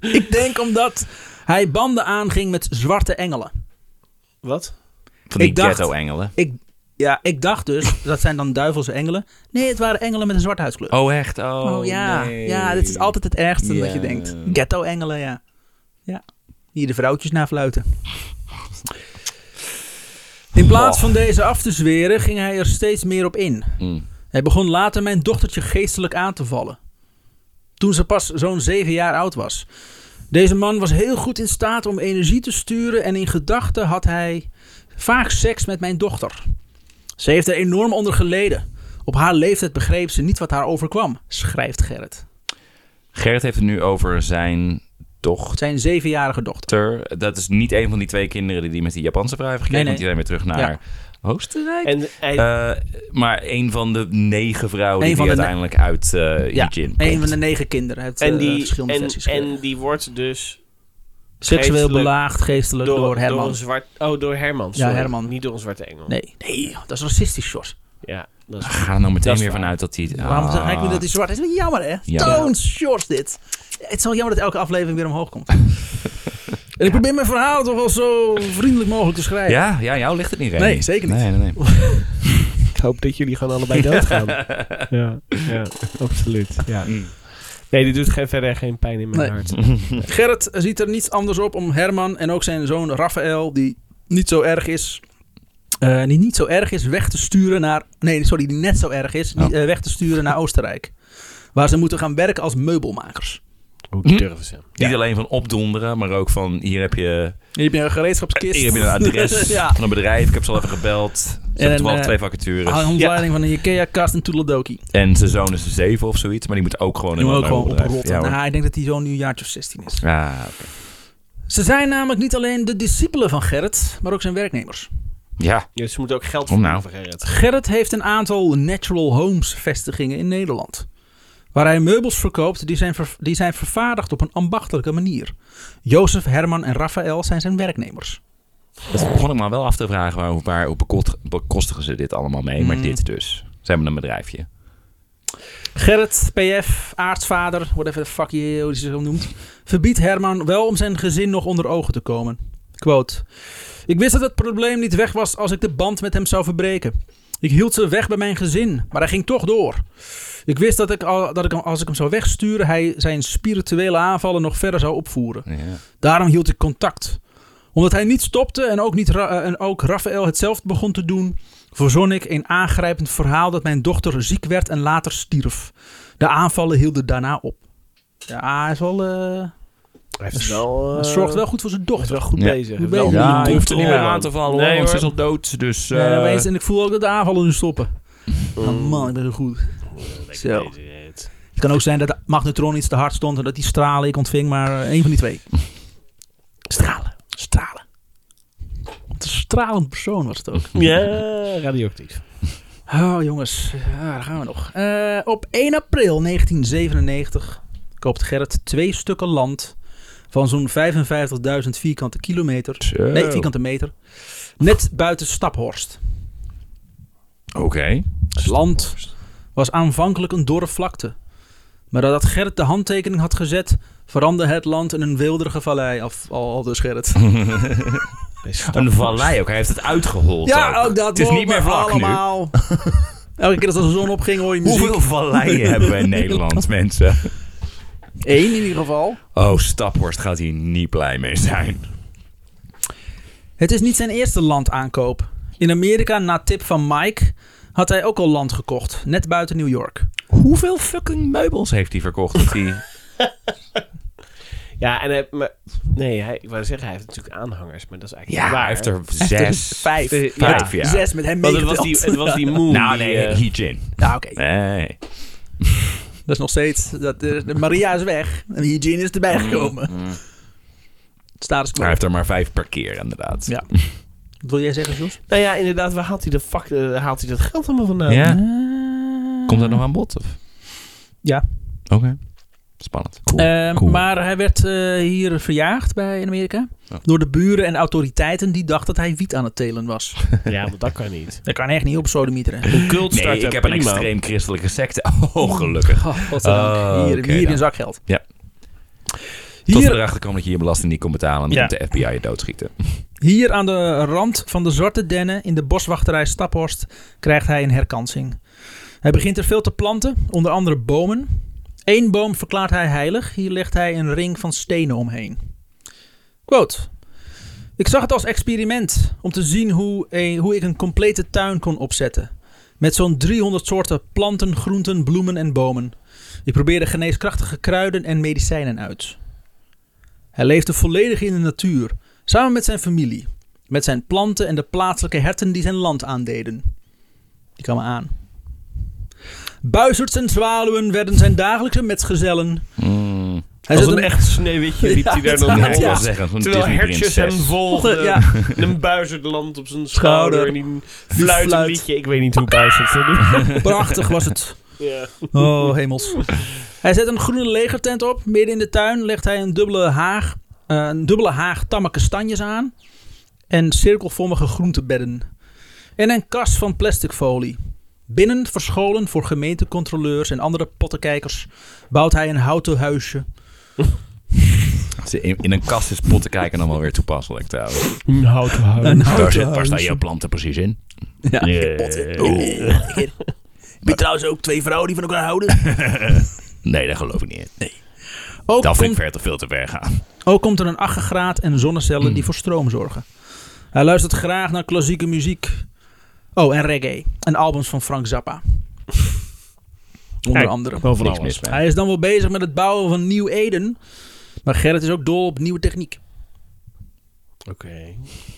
Speaker 1: Ik denk omdat hij banden aanging met zwarte engelen.
Speaker 3: Wat?
Speaker 2: Van die
Speaker 1: Ik dacht-
Speaker 2: ghetto-engelen.
Speaker 1: Ik, ja, ik dacht dus, dat zijn dan duivelse engelen. Nee, het waren engelen met een zwarte huidskleur.
Speaker 2: Oh, echt? Oh,
Speaker 1: Oh ja,
Speaker 2: nee.
Speaker 1: ja, dit is altijd het ergste wat je
Speaker 2: Ja.
Speaker 1: denkt. Ghetto-engelen, ja. Ja, hier de vrouwtjes naar fluiten. In plaats van deze af te zweren, ging hij er steeds meer op in.
Speaker 2: Mm.
Speaker 1: Hij begon later mijn dochtertje geestelijk aan te vallen. Toen ze pas zo'n zeven jaar oud was. Deze man was heel goed in staat om energie te sturen en in gedachten had hij vaak seks met mijn dochter. Ze heeft er enorm onder geleden. Op haar leeftijd begreep ze niet wat haar overkwam, schrijft Gerrit.
Speaker 2: Gerrit heeft het nu over zijn dochter.
Speaker 1: Zijn zevenjarige dochter.
Speaker 2: Dat is niet een van die twee kinderen die die met die Japanse vrouw heeft gekregen.
Speaker 1: Nee, nee.
Speaker 2: Want die zijn weer terug naar Oostenrijk.
Speaker 3: En, en
Speaker 2: Eh, maar een van de negen vrouwen
Speaker 1: Een
Speaker 2: die,
Speaker 1: van
Speaker 2: die
Speaker 1: de
Speaker 2: uiteindelijk uit eh
Speaker 1: Ja,
Speaker 2: Ijin
Speaker 1: Een
Speaker 2: komt.
Speaker 1: van de negen kinderen. Hij heeft
Speaker 3: en,
Speaker 1: eh,
Speaker 3: die,
Speaker 1: verschillende
Speaker 3: en,
Speaker 1: versies
Speaker 3: en
Speaker 1: gekregen.
Speaker 3: die wordt dus
Speaker 1: Seksueel
Speaker 3: geestelijk
Speaker 1: belaagd, geestelijk door, Herman.
Speaker 3: een zwart, oh, door Herman. sorry.
Speaker 1: Herman.
Speaker 3: Niet door een zwarte engel.
Speaker 1: Nee. nee, dat is racistisch, Sjors.
Speaker 3: Ja, dat is
Speaker 2: Ga er nou meteen
Speaker 3: Dat is
Speaker 2: weer
Speaker 3: waar.
Speaker 2: vanuit dat hij...
Speaker 1: Waarom
Speaker 2: Ah.
Speaker 1: zeg ik nu dat hij zwart is? Jammer hè?
Speaker 2: Ja.
Speaker 1: Toons, shorts dit. Het is wel jammer dat elke aflevering weer omhoog komt. en ik probeer mijn verhaal toch wel zo vriendelijk mogelijk te schrijven.
Speaker 2: Ja, ja, jou ligt het niet, Remy.
Speaker 1: Nee, zeker niet.
Speaker 2: Nee, nee, nee.
Speaker 3: Ik hoop dat jullie gewoon allebei doodgaan. ja, ja, absoluut. Ja. Nee, die doet geen, verder geen pijn in mijn
Speaker 1: Nee.
Speaker 3: hart.
Speaker 1: Gerrit ziet er niets anders op om Herman en ook zijn zoon Raphaël, die niet zo erg is, eh, die niet zo erg is, weg te sturen naar. Nee, sorry, die net zo erg is, die,
Speaker 2: Oh.
Speaker 1: eh, weg te sturen naar Oostenrijk. Waar ze moeten gaan werken als meubelmakers.
Speaker 3: Hoe
Speaker 2: Hm?
Speaker 3: durven ze?
Speaker 2: Niet alleen van opdonderen, maar ook van hier heb je,
Speaker 1: Hier heb je een
Speaker 2: hier
Speaker 1: gereedschapskist.
Speaker 2: heb je een adres
Speaker 1: ja.
Speaker 2: van een bedrijf. Ik heb ze al even gebeld. Ze hebben
Speaker 1: En,
Speaker 2: toevallig
Speaker 1: eh,
Speaker 2: twee vacatures.
Speaker 1: Handleiding van een Ikea-kast in Toedeledokie.
Speaker 2: En zijn zoon is zeven of zoiets, maar die moet ook gewoon
Speaker 1: Die
Speaker 2: in
Speaker 1: moet ook
Speaker 2: een
Speaker 1: gewoon
Speaker 2: ander bedrijf.
Speaker 1: oprotten.
Speaker 2: Ja, hoor.
Speaker 1: nou, ik denk dat hij zo nu een jaartje of 16 is.
Speaker 2: Ah, oké.
Speaker 1: Ze zijn namelijk niet alleen de discipelen van Gerrit, maar ook zijn werknemers.
Speaker 2: ja.
Speaker 3: Dus ze moeten ook geld
Speaker 2: Kom nou.
Speaker 3: verdienen Gerrit.
Speaker 1: Gerrit heeft een aantal natural homes vestigingen in Nederland. Waar hij meubels verkoopt die zijn, ver- die zijn vervaardigd op een ambachtelijke manier. Jozef, Herman en Raphaël zijn zijn werknemers.
Speaker 2: Dat begon ik me wel af te vragen waar, waar hoe bekot- bekostigen ze dit allemaal mee. Maar
Speaker 1: Mm.
Speaker 2: dit dus. Ze hebben een bedrijfje.
Speaker 1: Gerrit, PF, aartsvader, whatever the fuck je hoe die zich ook noemt, verbiedt Herman wel om zijn gezin nog onder ogen te komen. Quote. Ik wist dat het probleem niet weg was als ik de band met hem zou verbreken. Ik hield ze weg bij mijn gezin, maar hij ging toch door. Ik wist dat ik, al, dat ik hem- als ik hem zou wegsturen, hij zijn spirituele aanvallen nog verder zou opvoeren.
Speaker 2: Ja.
Speaker 1: Daarom hield ik contact. Omdat hij niet stopte en ook, niet Ra- eh, en ook Raphaël hetzelfde begon te doen, verzon ik een aangrijpend verhaal dat mijn dochter ziek werd en later stierf. De aanvallen hielden daarna op. Ja, hij is wel, eh,
Speaker 3: Hij heeft
Speaker 1: Dus-
Speaker 3: wel...
Speaker 1: hij
Speaker 3: eh,
Speaker 1: zorgt wel goed voor zijn
Speaker 3: hij is
Speaker 1: dochter.
Speaker 3: wel goed
Speaker 2: Ja.
Speaker 3: bezig.
Speaker 1: Goed
Speaker 3: Wel
Speaker 1: bezig.
Speaker 3: goed
Speaker 1: Ja,
Speaker 2: Ja,
Speaker 1: je
Speaker 2: je hoeft er
Speaker 3: doel,
Speaker 2: niet meer
Speaker 3: man.
Speaker 2: aan te vallen, hoor,
Speaker 3: Nee,
Speaker 2: want ze
Speaker 3: hoor.
Speaker 2: is al dood. Dus,
Speaker 1: Ja,
Speaker 2: eh,
Speaker 1: opeens. en ik voel ook dat de aanvallen nu stoppen. Oh man, ik ben zo goed. Zo.
Speaker 3: Bezig, Gerrit.
Speaker 1: Het kan ook zijn dat de magnetron iets te hard stond en dat die stralen ik ontving, maar eh, één van die twee. Stralen. Stralen. Wat een stralend persoon was het ook.
Speaker 3: Ja, radioactief.
Speaker 1: Oh jongens, ja, daar gaan we nog. Eh, op 1 april 1997 koopt Gerrit twee stukken land van zo'n 55.000 vierkante kilometer.
Speaker 2: zo.
Speaker 1: Nee, vierkante meter. Net buiten Staphorst.
Speaker 2: Oké.
Speaker 1: Het land was aanvankelijk een dorre vlakte. Maar nadat Gerrit de handtekening had gezet, veranderde het land in een weelderige vallei. Af, al, al dus Gerrit.
Speaker 2: Een vallei ook. Hij heeft het uitgehold.
Speaker 1: Oh. Ja, ook dat.
Speaker 2: Het is
Speaker 1: hoor,
Speaker 2: niet meer
Speaker 1: maar
Speaker 2: vlak nu.
Speaker 1: allemaal. Elke keer als de zon opging hoor je muziek.
Speaker 2: Hoeveel valleien hebben we in Nederland, mensen?
Speaker 1: Eén in ieder geval.
Speaker 2: Oh, Staphorst gaat hier niet blij mee zijn.
Speaker 1: Het is niet zijn eerste landaankoop. In Amerika, na tip van Mike, had hij ook al land gekocht, net buiten New York.
Speaker 2: Hoeveel fucking meubels heeft hij verkocht? Dat hij...
Speaker 3: Ja, en hij... Maar, nee, hij, ik wou zeggen, hij heeft natuurlijk aanhangers, maar dat is eigenlijk
Speaker 2: Ja,
Speaker 3: niet waar.
Speaker 2: hij heeft er zes.
Speaker 1: dus Vijf.
Speaker 2: Vijf, ja.
Speaker 1: Zes met hem
Speaker 3: Want het was,
Speaker 1: meegeteld.
Speaker 3: die, het was die moon.
Speaker 2: Nou,
Speaker 3: die,
Speaker 2: nee,
Speaker 3: eh,
Speaker 2: Hijin.
Speaker 1: Ja, oké.
Speaker 2: Nee.
Speaker 1: Dat is nog steeds... Dat, eh, de Maria is weg en Eugene is erbij gekomen. Status
Speaker 2: Mm. Hij
Speaker 1: quo.
Speaker 2: heeft er maar vijf per keer, inderdaad.
Speaker 1: Ja. Wat wil jij zeggen, Jos?
Speaker 3: Nou ja, inderdaad, waar haalt hij, de fuck, eh, haalt hij dat geld allemaal vandaan?
Speaker 2: Ja?
Speaker 1: Eh,
Speaker 2: Komt dat nog aan bod? Of?
Speaker 1: Ja.
Speaker 2: Oké. Spannend. Cool.
Speaker 1: Eh, Maar hij werd eh, hier verjaagd bij in Amerika.
Speaker 2: Ja.
Speaker 1: Door de buren en autoriteiten die dachten dat hij wiet aan het telen was.
Speaker 3: Ja, want dat kan niet.
Speaker 1: Dat kan echt niet op sodemieteren.
Speaker 3: Een cult
Speaker 2: nee,
Speaker 3: starten,
Speaker 2: ik heb een
Speaker 3: prima.
Speaker 2: extreem christelijke secte. Oh, gelukkig.
Speaker 1: Oh, godzijdank.
Speaker 2: Oh,
Speaker 1: hier
Speaker 2: oké
Speaker 1: hier
Speaker 2: dan.
Speaker 1: in zakgeld.
Speaker 2: Ja. Tot eh, we
Speaker 1: Hier,
Speaker 2: erachter komen dat je je belasting niet kon betalen. Dan
Speaker 1: Ja.
Speaker 2: komt de FBI je doodschieten.
Speaker 1: hier aan de rand van de Zwarte Dennen in de boswachterij Staphorst krijgt hij een herkansing. Hij begint er veel te planten, onder andere bomen. Eén boom verklaart hij heilig. Hier legt hij een ring van stenen omheen. Quote. Ik zag het als experiment om te zien hoe, een- hoe ik een complete tuin kon opzetten. Met zo'n 300 soorten planten, groenten, bloemen en bomen. Ik probeerde geneeskrachtige kruiden en medicijnen uit. Hij leefde volledig in de natuur, samen met zijn familie. Met zijn planten en de plaatselijke herten die zijn land aandeden. Die kwamen aan. Buizerds en zwaluwen werden zijn dagelijkse metgezellen.
Speaker 2: Mm.
Speaker 1: Hij
Speaker 3: Als
Speaker 1: zat
Speaker 3: een echt sneeuwwitje liep hij daar dan
Speaker 1: Ja,
Speaker 2: Ja,
Speaker 3: rond.
Speaker 2: ik wil
Speaker 1: ja.
Speaker 2: zeggen, zo'n
Speaker 3: Terwijl
Speaker 2: Disney
Speaker 3: hertjes hem
Speaker 2: prinses.
Speaker 3: volgden.
Speaker 1: Ja.
Speaker 3: En een buizerd land op zijn schouder. En die fluit een
Speaker 1: fluit.
Speaker 3: liedje. Ik weet niet hoe buizerd dat doet.
Speaker 1: Prachtig was het.
Speaker 3: Ja.
Speaker 1: Oh, hemels. Hij zet een groene legertent op. Midden in de tuin legt hij een dubbele haag, eh, een dubbele haag tamme kastanjes aan. En cirkelvormige groentebedden. En een kast van plastic folie. Binnen, verscholen voor gemeentecontroleurs en andere pottenkijkers, bouwt hij een houten huisje.
Speaker 2: In, in een kast is potten kijken dan wel weer toepasselijk trouwens.
Speaker 3: Een houten huis.
Speaker 1: Een
Speaker 2: Daar
Speaker 1: houten
Speaker 2: zit, waar
Speaker 1: huisje.
Speaker 2: staan jouw planten precies in?
Speaker 1: Ja,
Speaker 2: Nee. Oeh.
Speaker 1: Ik ben trouwens ook twee vrouwen die van elkaar houden.
Speaker 2: Nee, dat geloof ik niet. in.
Speaker 1: Ook
Speaker 2: Dat vind
Speaker 1: komt
Speaker 2: ik ver te veel te ver gaan.
Speaker 1: Ook komt er een aggregaat en zonnecellen die voor stroom zorgen. Hij luistert graag naar klassieke muziek. Oh, en reggae. En albums van Frank Zappa. Onder
Speaker 3: Kijk, Oh.
Speaker 1: andere.
Speaker 3: Wel van
Speaker 2: Niks
Speaker 3: alles.
Speaker 2: mis mee.
Speaker 1: Hij is dan wel bezig met het bouwen van Nieuw Eden. Maar Gerrit is ook dol op nieuwe techniek.
Speaker 3: Oké.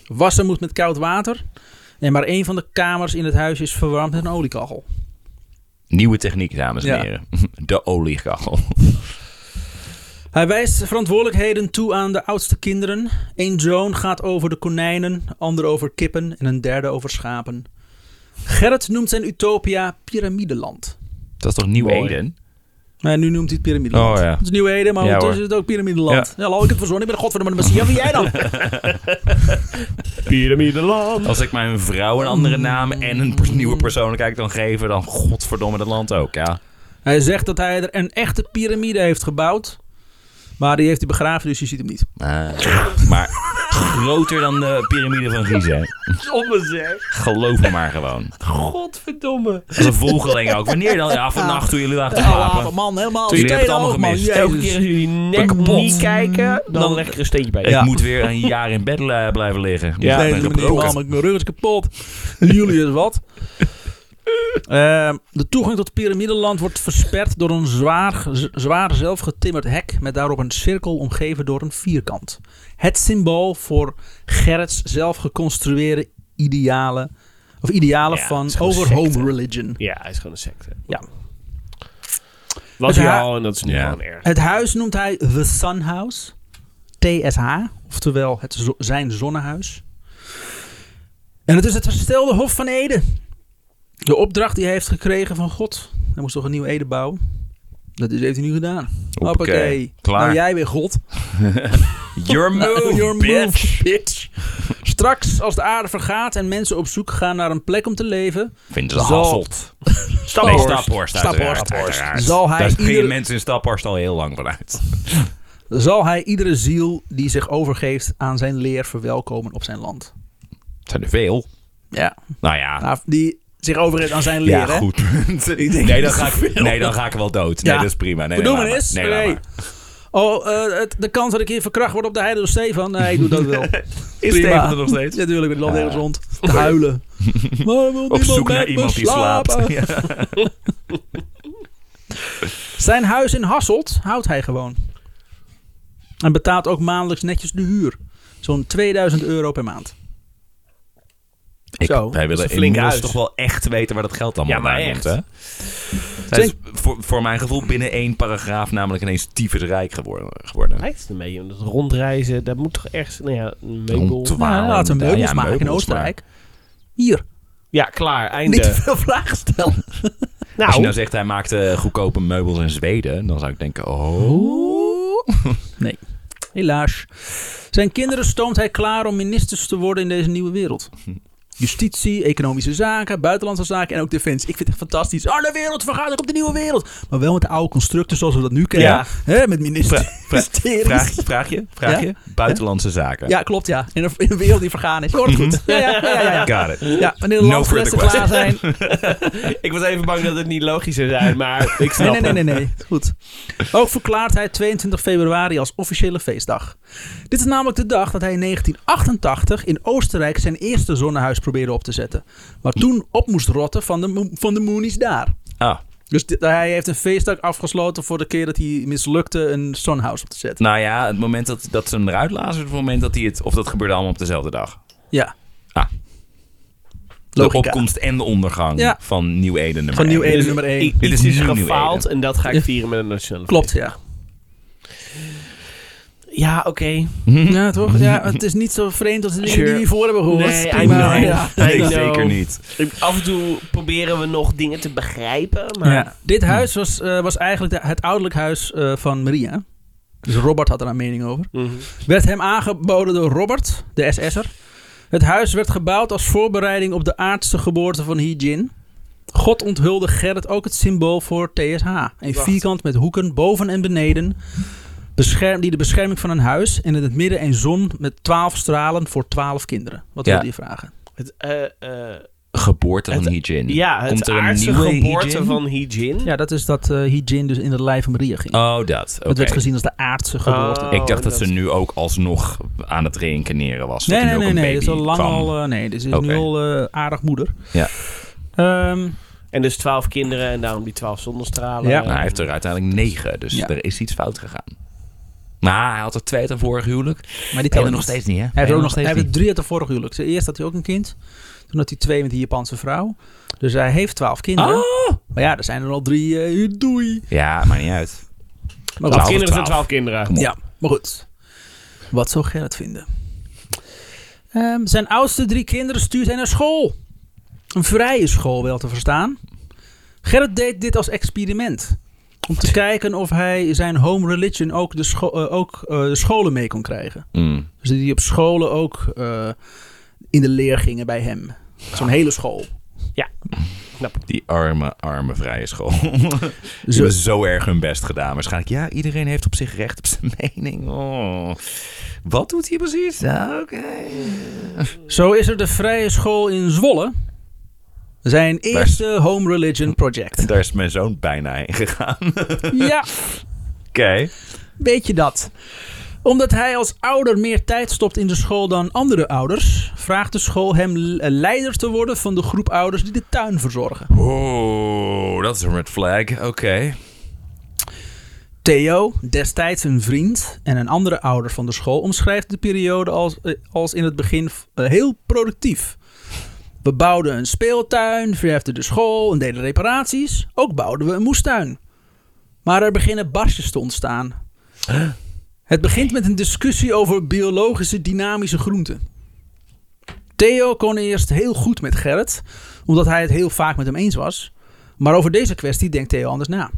Speaker 1: Wassen moet met koud water. En maar één van de kamers in het huis is verwarmd met een oliekachel.
Speaker 2: Nieuwe techniek, dames en
Speaker 1: Ja.
Speaker 2: heren. De oliekachel.
Speaker 1: Hij wijst verantwoordelijkheden toe aan de oudste kinderen. Eén zoon gaat over de konijnen, ander over kippen en een derde over schapen. Gerrit noemt zijn utopia piramideland.
Speaker 2: Dat is toch Nieuw
Speaker 3: Mooi.
Speaker 2: Eden?
Speaker 1: Nee, nu noemt hij het piramideland.
Speaker 2: Oh, ja.
Speaker 1: Het is Nieuw Eden, maar
Speaker 2: Ja,
Speaker 1: ondertussen
Speaker 2: hoor.
Speaker 1: is het ook piramideland. Ja. Hallo, ik heb het verzonnen. Ik ben de godverdomme de messias. Wie jij dan?
Speaker 3: Pyramideland.
Speaker 2: Als ik mijn vrouw een andere naam en een pers- nieuwe persoonlijkheid kan geven, dan godverdomme dat land ook, ja.
Speaker 1: hij zegt dat hij er een echte piramide heeft gebouwd. Maar die heeft hij begraven, dus je ziet hem niet.
Speaker 2: Eh, maar groter dan de piramide van Gizeh.
Speaker 3: Godverdomme zeg.
Speaker 2: Geloof me maar gewoon.
Speaker 3: Godverdomme.
Speaker 2: Dat is een volgeling ook. Wanneer dan? Ja, vannacht toen jullie lagen te
Speaker 1: Ja,
Speaker 2: slapen.
Speaker 1: Oh, man, helemaal.
Speaker 2: Jullie
Speaker 1: Tweede
Speaker 2: hebben het allemaal
Speaker 1: oog, man.
Speaker 2: gemist.
Speaker 1: Jezus.
Speaker 3: Elke keer als jullie net
Speaker 1: kapot.
Speaker 3: niet kijken, dan,
Speaker 1: dus Dan-
Speaker 3: leg ik er een steentje bij.
Speaker 2: Ik
Speaker 1: Ja.
Speaker 2: moet weer een jaar in bed eh, blijven liggen. ik
Speaker 3: Ja.
Speaker 1: Op
Speaker 2: ben
Speaker 1: deze manier
Speaker 2: gebroken.
Speaker 1: kwam ik, mijn rug is kapot. Julius wat. Ehm, de toegang tot het piramideland wordt versperd door een zwaar, ge- zwaar zelf getimmerd hek met daarop een cirkel omgeven door een vierkant. Het symbool voor Gerrits zelf geconstrueerde idealen, of idealen
Speaker 3: Ja,
Speaker 1: van
Speaker 3: het is gewoon
Speaker 1: over
Speaker 3: een secte.
Speaker 1: home religion.
Speaker 3: Ja, hij is gewoon een secte.
Speaker 1: Ja.
Speaker 3: Was
Speaker 1: Dus
Speaker 3: hij
Speaker 1: hij-
Speaker 3: al en dat is nu
Speaker 2: Ja.
Speaker 3: gewoon erg.
Speaker 1: Het huis noemt hij The Sun House. TSH, oftewel het zo- zijn zonnehuis. En het is het herstelde Hof van Ede. De opdracht die hij heeft gekregen van God. Hij moest toch een nieuw Ede bouwen? Dat is, heeft hij nu gedaan.
Speaker 2: Hoppakee. Klaar.
Speaker 1: Nou jij weer God.
Speaker 2: Your move,
Speaker 1: Your move,
Speaker 2: bitch.
Speaker 1: bitch. Straks als de aarde vergaat en mensen op zoek gaan naar een plek om te leven.
Speaker 2: Vindt het
Speaker 1: Zal-
Speaker 2: hasselt. Nee,
Speaker 1: Staphorst.
Speaker 2: Staphorst. uiteraard,
Speaker 1: Staphorst.
Speaker 2: uiteraard.
Speaker 1: Zal hij
Speaker 2: Daar gingen
Speaker 1: ieder-
Speaker 2: mensen in Staphorst al heel lang vanuit.
Speaker 1: Zal hij iedere ziel die zich overgeeft aan zijn leer verwelkomen op zijn land.
Speaker 2: Zijn er veel?
Speaker 1: Ja.
Speaker 2: Nou ja.
Speaker 1: Nou, die zich overgeeft aan zijn leer.
Speaker 2: ja,
Speaker 1: hè?
Speaker 2: goed. nee, dan ga ik, nee, dan ga ik wel dood. Nee,
Speaker 1: Ja.
Speaker 2: dat is prima. Nee,
Speaker 1: We
Speaker 2: nee,
Speaker 1: doen het
Speaker 2: laat maar.
Speaker 1: eens.
Speaker 2: Nee, laat
Speaker 1: Nee.
Speaker 2: maar.
Speaker 1: Oh, eh, het, de kans dat ik hier verkracht word op de heide door Stefan. Nee, ik doe dat wel.
Speaker 2: Is
Speaker 1: Prima.
Speaker 2: Steven er nog steeds?
Speaker 1: Ja,
Speaker 2: Ah.
Speaker 1: natuurlijk. Ik loop ergens rond te huilen. Maar wil
Speaker 2: Op zoek
Speaker 1: met
Speaker 2: naar
Speaker 1: me
Speaker 2: iemand die slaapt.
Speaker 1: slapen?
Speaker 2: Ja.
Speaker 1: Zijn huis in Hasselt houdt hij gewoon. En betaalt ook maandelijks netjes de huur. Zo'n 2000 euro per maand.
Speaker 2: Ik,
Speaker 1: Zo,
Speaker 2: wij
Speaker 3: dat is een
Speaker 2: willen
Speaker 3: flink
Speaker 2: inmiddels
Speaker 3: huis.
Speaker 2: toch wel echt weten waar dat geld allemaal
Speaker 3: Ja, maar
Speaker 2: vandaan
Speaker 3: echt.
Speaker 2: komt. Hè? Hij is voor, voor mijn gevoel binnen één paragraaf namelijk ineens tyfus rijk geworden. geworden.
Speaker 1: Nou.
Speaker 3: Hij is ermee, joh. dat rondreizen, dat moet toch ergens, nou ja, een meubel.
Speaker 2: Rond-
Speaker 1: Nou,
Speaker 2: Waarom?
Speaker 1: laten we
Speaker 2: Ja,
Speaker 1: meubels
Speaker 2: ja,
Speaker 1: maken in
Speaker 2: meubels
Speaker 1: Oostenrijk. Hier,
Speaker 3: Ja, klaar, einde.
Speaker 1: niet te veel vragen stellen.
Speaker 2: Als je
Speaker 3: nou,
Speaker 2: nou zegt hij maakte goedkope meubels in Zweden, dan zou ik denken, oh.
Speaker 1: Oeh. Nee, helaas. Zijn kinderen stoomt hij klaar om ministers te worden in deze nieuwe wereld. Justitie, economische zaken, buitenlandse zaken en ook defensie. Ik vind het echt fantastisch. Oh, de wereld vergadert op de nieuwe wereld. Maar wel met de oude constructen zoals we dat nu kennen.
Speaker 2: Ja.
Speaker 1: Hè, met ministers.
Speaker 2: Vra- vra-
Speaker 1: ministeries.
Speaker 2: Vraag, vraag je? Vraag
Speaker 1: Ja?
Speaker 2: je? Buitenlandse zaken.
Speaker 1: Ja, klopt ja. In een, in een wereld die vergaan is. Je hoort het goed. Ja, ja, ja. ja, ja.
Speaker 2: Got it.
Speaker 1: Ja, wanneer de
Speaker 2: No
Speaker 1: landgrenzen
Speaker 2: further
Speaker 1: klaar zijn.
Speaker 3: ik was even bang dat het niet logisch zou zijn, maar ik snap
Speaker 1: Nee, nee, nee, nee, nee. Goed. Ook verklaart hij 22 februari als officiële feestdag. Dit is namelijk de dag dat hij in 1988 in Oostenrijk zijn eerste zonnehuis probeerde op te zetten. Maar toen op moest rotten van de, mo- van de Moonies daar.
Speaker 2: Ah,
Speaker 1: Dus dit- hij heeft een feestdag afgesloten voor de keer dat hij mislukte een zonnehuis op te zetten.
Speaker 2: nou ja, het moment dat, dat ze hem eruit lazen, het moment dat hij het, of dat gebeurde allemaal op dezelfde dag.
Speaker 1: Ja.
Speaker 2: Ah.
Speaker 1: Logica.
Speaker 2: De opkomst en de ondergang
Speaker 1: Ja.
Speaker 2: van Nieuw Eden nummer
Speaker 1: Van Nieuw
Speaker 2: één.
Speaker 1: Eden.
Speaker 3: Dus
Speaker 1: nummer één.
Speaker 3: i-
Speaker 2: Dit is
Speaker 3: iets is
Speaker 2: nu nieuw
Speaker 3: gefaald
Speaker 2: Eden.
Speaker 3: en dat ga
Speaker 1: Ja.
Speaker 3: ik vieren met een nationale
Speaker 1: Klopt, ja.
Speaker 3: feest. Ja, oké.
Speaker 1: Ja, toch? Ja, het is niet zo vreemd als de dingen die
Speaker 3: Sure.
Speaker 1: we hiervoor hebben gehoord.
Speaker 3: Nee, I
Speaker 1: Prima,
Speaker 3: know.
Speaker 1: ja.
Speaker 3: I
Speaker 2: Nee,
Speaker 3: know.
Speaker 2: zeker niet.
Speaker 3: Ik- Af en toe proberen we nog dingen te begrijpen, maar...
Speaker 1: Ja. Dit huis was, eh, was eigenlijk de- het ouderlijk huis eh, van Maria. Dus Robert had er een mening over.
Speaker 3: Mhm.
Speaker 1: Werd hem aangeboden door Robert, de SS'er. Het huis werd gebouwd als voorbereiding op de aardse geboorte van Hee-Jin. God onthulde Gerrit ook het symbool voor TSH. Een
Speaker 3: Wacht.
Speaker 1: vierkant met hoeken boven en beneden. Bescherm, die de bescherming van een huis. En in het midden een zon met twaalf stralen voor twaalf kinderen. Wat
Speaker 2: Ja.
Speaker 1: wil je vragen?
Speaker 3: Het, eh, eh,
Speaker 2: Geboorte van
Speaker 3: Het-
Speaker 2: Hijin.
Speaker 3: ja, het
Speaker 2: Komt er een
Speaker 3: aardse
Speaker 2: nieuwe
Speaker 3: geboorte
Speaker 2: Hee-jin?
Speaker 3: van Hee-jin.
Speaker 1: Ja, dat is dat eh Hee-Jin dus in het lijf van Maria ging.
Speaker 2: Oh, dat. Oké.
Speaker 1: Het werd gezien als de aardse geboorte.
Speaker 3: Ah.
Speaker 2: Ik dacht dat,
Speaker 3: Oh,
Speaker 2: ze
Speaker 3: dat-
Speaker 2: nu ook alsnog aan het reïncarneren was.
Speaker 1: Nee,
Speaker 2: dat
Speaker 1: nee,
Speaker 2: er nu
Speaker 1: nee,
Speaker 2: ook een
Speaker 1: nee. Dit
Speaker 2: baby
Speaker 1: is al lang
Speaker 2: kwam.
Speaker 1: al. eh, nee, dit is
Speaker 2: Oké.
Speaker 1: nu al eh, aardig moeder.
Speaker 2: Ja.
Speaker 1: Ehm,
Speaker 3: En dus twaalf kinderen en daarom die twaalf zonnestralen.
Speaker 1: Ja.
Speaker 3: Eh,
Speaker 2: Nou, hij heeft er uiteindelijk negen, dus
Speaker 1: Ja.
Speaker 2: er is iets fout gegaan. Maar hij had er twee uit een vorig huwelijk.
Speaker 1: maar die
Speaker 2: Hij
Speaker 1: tellen
Speaker 2: nog steeds niet, hè?
Speaker 1: Hij heeft, ook nog,
Speaker 2: steeds
Speaker 1: hij heeft drie uit de vorige huwelijk. Eerst had hij ook een kind. Toen Toen had hij twee met die Japanse vrouw. Dus hij heeft twaalf kinderen.
Speaker 2: Ah!
Speaker 1: Maar ja, er zijn er al drie. eh, doei.
Speaker 2: Ja, maakt niet uit.
Speaker 1: Maar goed.
Speaker 3: Twaalf
Speaker 2: Twaalf.
Speaker 3: kinderen zijn twaalf kinderen.
Speaker 1: Ja, maar goed. Wat zou Gerrit vinden? Ehm, zijn oudste drie kinderen stuurt hij naar school. Een vrije school, wel te verstaan. Gerrit deed dit als experiment. Om te kijken of hij zijn home religion ook de, scho- eh, ook, eh, de scholen mee kon krijgen.
Speaker 2: Mm.
Speaker 1: Dus dat die op scholen ook eh, in de leer gingen bij hem. Zo'n hele school.
Speaker 2: Die arme, arme vrije school. Ze
Speaker 1: Zo,
Speaker 2: hebben zo erg hun best gedaan. Waarschijnlijk, ja, iedereen heeft op zich recht op zijn mening. Oh. Wat doet hij precies? Ja, Oké.
Speaker 1: zo is er de vrije school in Zwolle. Zijn eerste home religion project.
Speaker 2: Daar is mijn zoon bijna heen gegaan. Oké.
Speaker 1: Ja. Weet je dat? Omdat hij als ouder meer tijd stopt in de school dan andere ouders, vraagt de school hem l- eh, leider te worden van de groep ouders die de tuin verzorgen.
Speaker 2: Oh, dat is een red flag. Oké.
Speaker 1: Theo, destijds een vriend en een andere ouder van de school, omschrijft de periode als, eh, als in het begin eh, heel productief. We bouwden een speeltuin, verhefden de school en deden reparaties. Ook bouwden we een moestuin. Maar er beginnen barstjes te ontstaan. Het begint met een discussie over biologische dynamische groenten. Theo kon eerst heel goed met Gerrit, omdat hij het heel vaak met hem eens was. Maar over deze kwestie denkt Theo anders na.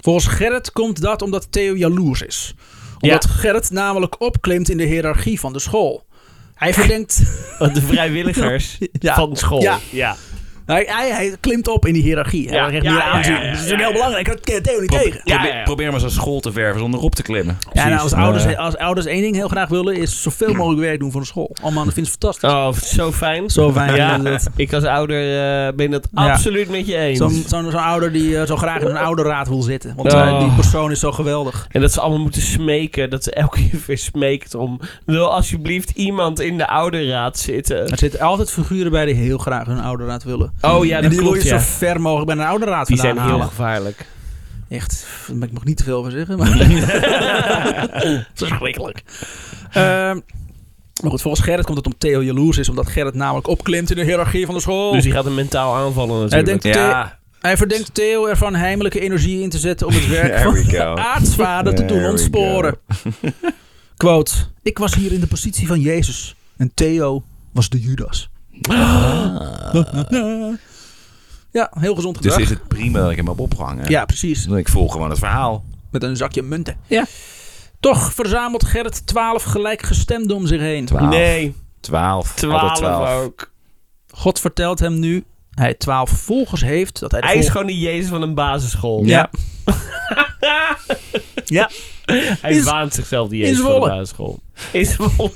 Speaker 1: Volgens Gerrit komt dat omdat Theo jaloers is. Omdat Gerrit namelijk opklimt in de hiërarchie van de school. Hij verdenkt...
Speaker 3: De vrijwilligers
Speaker 1: Ja.
Speaker 3: van school.
Speaker 1: Ja.
Speaker 3: ja.
Speaker 1: Hij, hij, hij klimt op in die hiërarchie. Hij
Speaker 3: Ja,
Speaker 1: ja, echt
Speaker 3: ja,
Speaker 1: meer
Speaker 3: ja,
Speaker 1: aanzien.
Speaker 3: ja, ja,
Speaker 1: Dat Dus is
Speaker 3: ja,
Speaker 1: heel
Speaker 3: ja.
Speaker 1: belangrijk. Dat kan Theo niet tegen.
Speaker 3: Ja,
Speaker 2: probeer,
Speaker 3: ja, ja.
Speaker 2: probeer maar zo'n school te verven zonder op te klimmen.
Speaker 1: Ja, nou,
Speaker 2: Precies.
Speaker 1: als, ouders,
Speaker 2: Eh,
Speaker 1: als ouders één ding heel graag willen, is zoveel mogelijk werk doen voor de school. Oh man, dat vind ik fantastisch.
Speaker 3: Oh, zo fijn.
Speaker 1: Zo fijn,
Speaker 3: Ja,
Speaker 1: inderdaad.
Speaker 3: ik als ouder eh, ben het
Speaker 1: Ja.
Speaker 3: absoluut met je eens.
Speaker 1: Zo'n zo'n- zo'n ouder die eh, zo graag in een ouderraad wil zitten. Want eh,
Speaker 3: Oh.
Speaker 1: die persoon is zo geweldig.
Speaker 3: En dat ze allemaal moeten smeken. Dat ze elke keer weer smeekt om... Wil alsjeblieft iemand in de ouderraad zitten.
Speaker 1: Er zitten altijd figuren bij die heel graag hun ouderraad willen.
Speaker 3: Oh ja,
Speaker 1: en
Speaker 3: dat
Speaker 1: die
Speaker 3: klopt,
Speaker 1: wil je
Speaker 3: ja.
Speaker 1: zo ver mogelijk bij een ouderraad
Speaker 3: Die
Speaker 1: vandaan
Speaker 3: zijn heel
Speaker 1: halen.
Speaker 3: gevaarlijk.
Speaker 1: Echt, daar mag ik nog niet te veel over zeggen. Maar Verschrikkelijk. Ehm maar goed, volgens Gerrit komt het om Theo jaloers is. Omdat Gerrit namelijk opklimt in de hiërarchie van de school.
Speaker 3: Dus die gaat hem mentaal aanvallen
Speaker 1: hij,
Speaker 3: natuurlijk.
Speaker 1: denkt Theo-
Speaker 2: ja,
Speaker 1: hij verdenkt Theo ervan heimelijke energie in te zetten om het werk
Speaker 2: there
Speaker 1: van
Speaker 2: we go.
Speaker 1: aartsvader te
Speaker 2: There
Speaker 1: doen
Speaker 2: we
Speaker 1: ontsporen. Quote, ik was hier in de positie van Jezus. En Theo was de Judas.
Speaker 2: Ah.
Speaker 1: Ja, heel gezond
Speaker 2: Dus
Speaker 1: gedrag.
Speaker 2: is het prima dat ik hem heb opgehangen? Dus
Speaker 1: Ja, precies.
Speaker 2: Ik volg gewoon het verhaal.
Speaker 1: Met een zakje munten. Ja. Toch verzamelt Gerrit twaalf gelijkgestemden om zich heen.
Speaker 2: Twaalf.
Speaker 3: Nee,
Speaker 2: Twaalf. Altijd twaalf.
Speaker 3: twaalf ook.
Speaker 1: God vertelt hem nu hij twaalf volgers heeft. Dat hij de
Speaker 3: Hij is
Speaker 1: volg-
Speaker 3: gewoon de Jezus van een basisschool.
Speaker 1: Ja. ja.
Speaker 3: Hij
Speaker 1: Is-
Speaker 3: waant zichzelf de
Speaker 1: in
Speaker 3: Jezus van
Speaker 1: Zwolle.
Speaker 3: de basisschool. In Zwolle.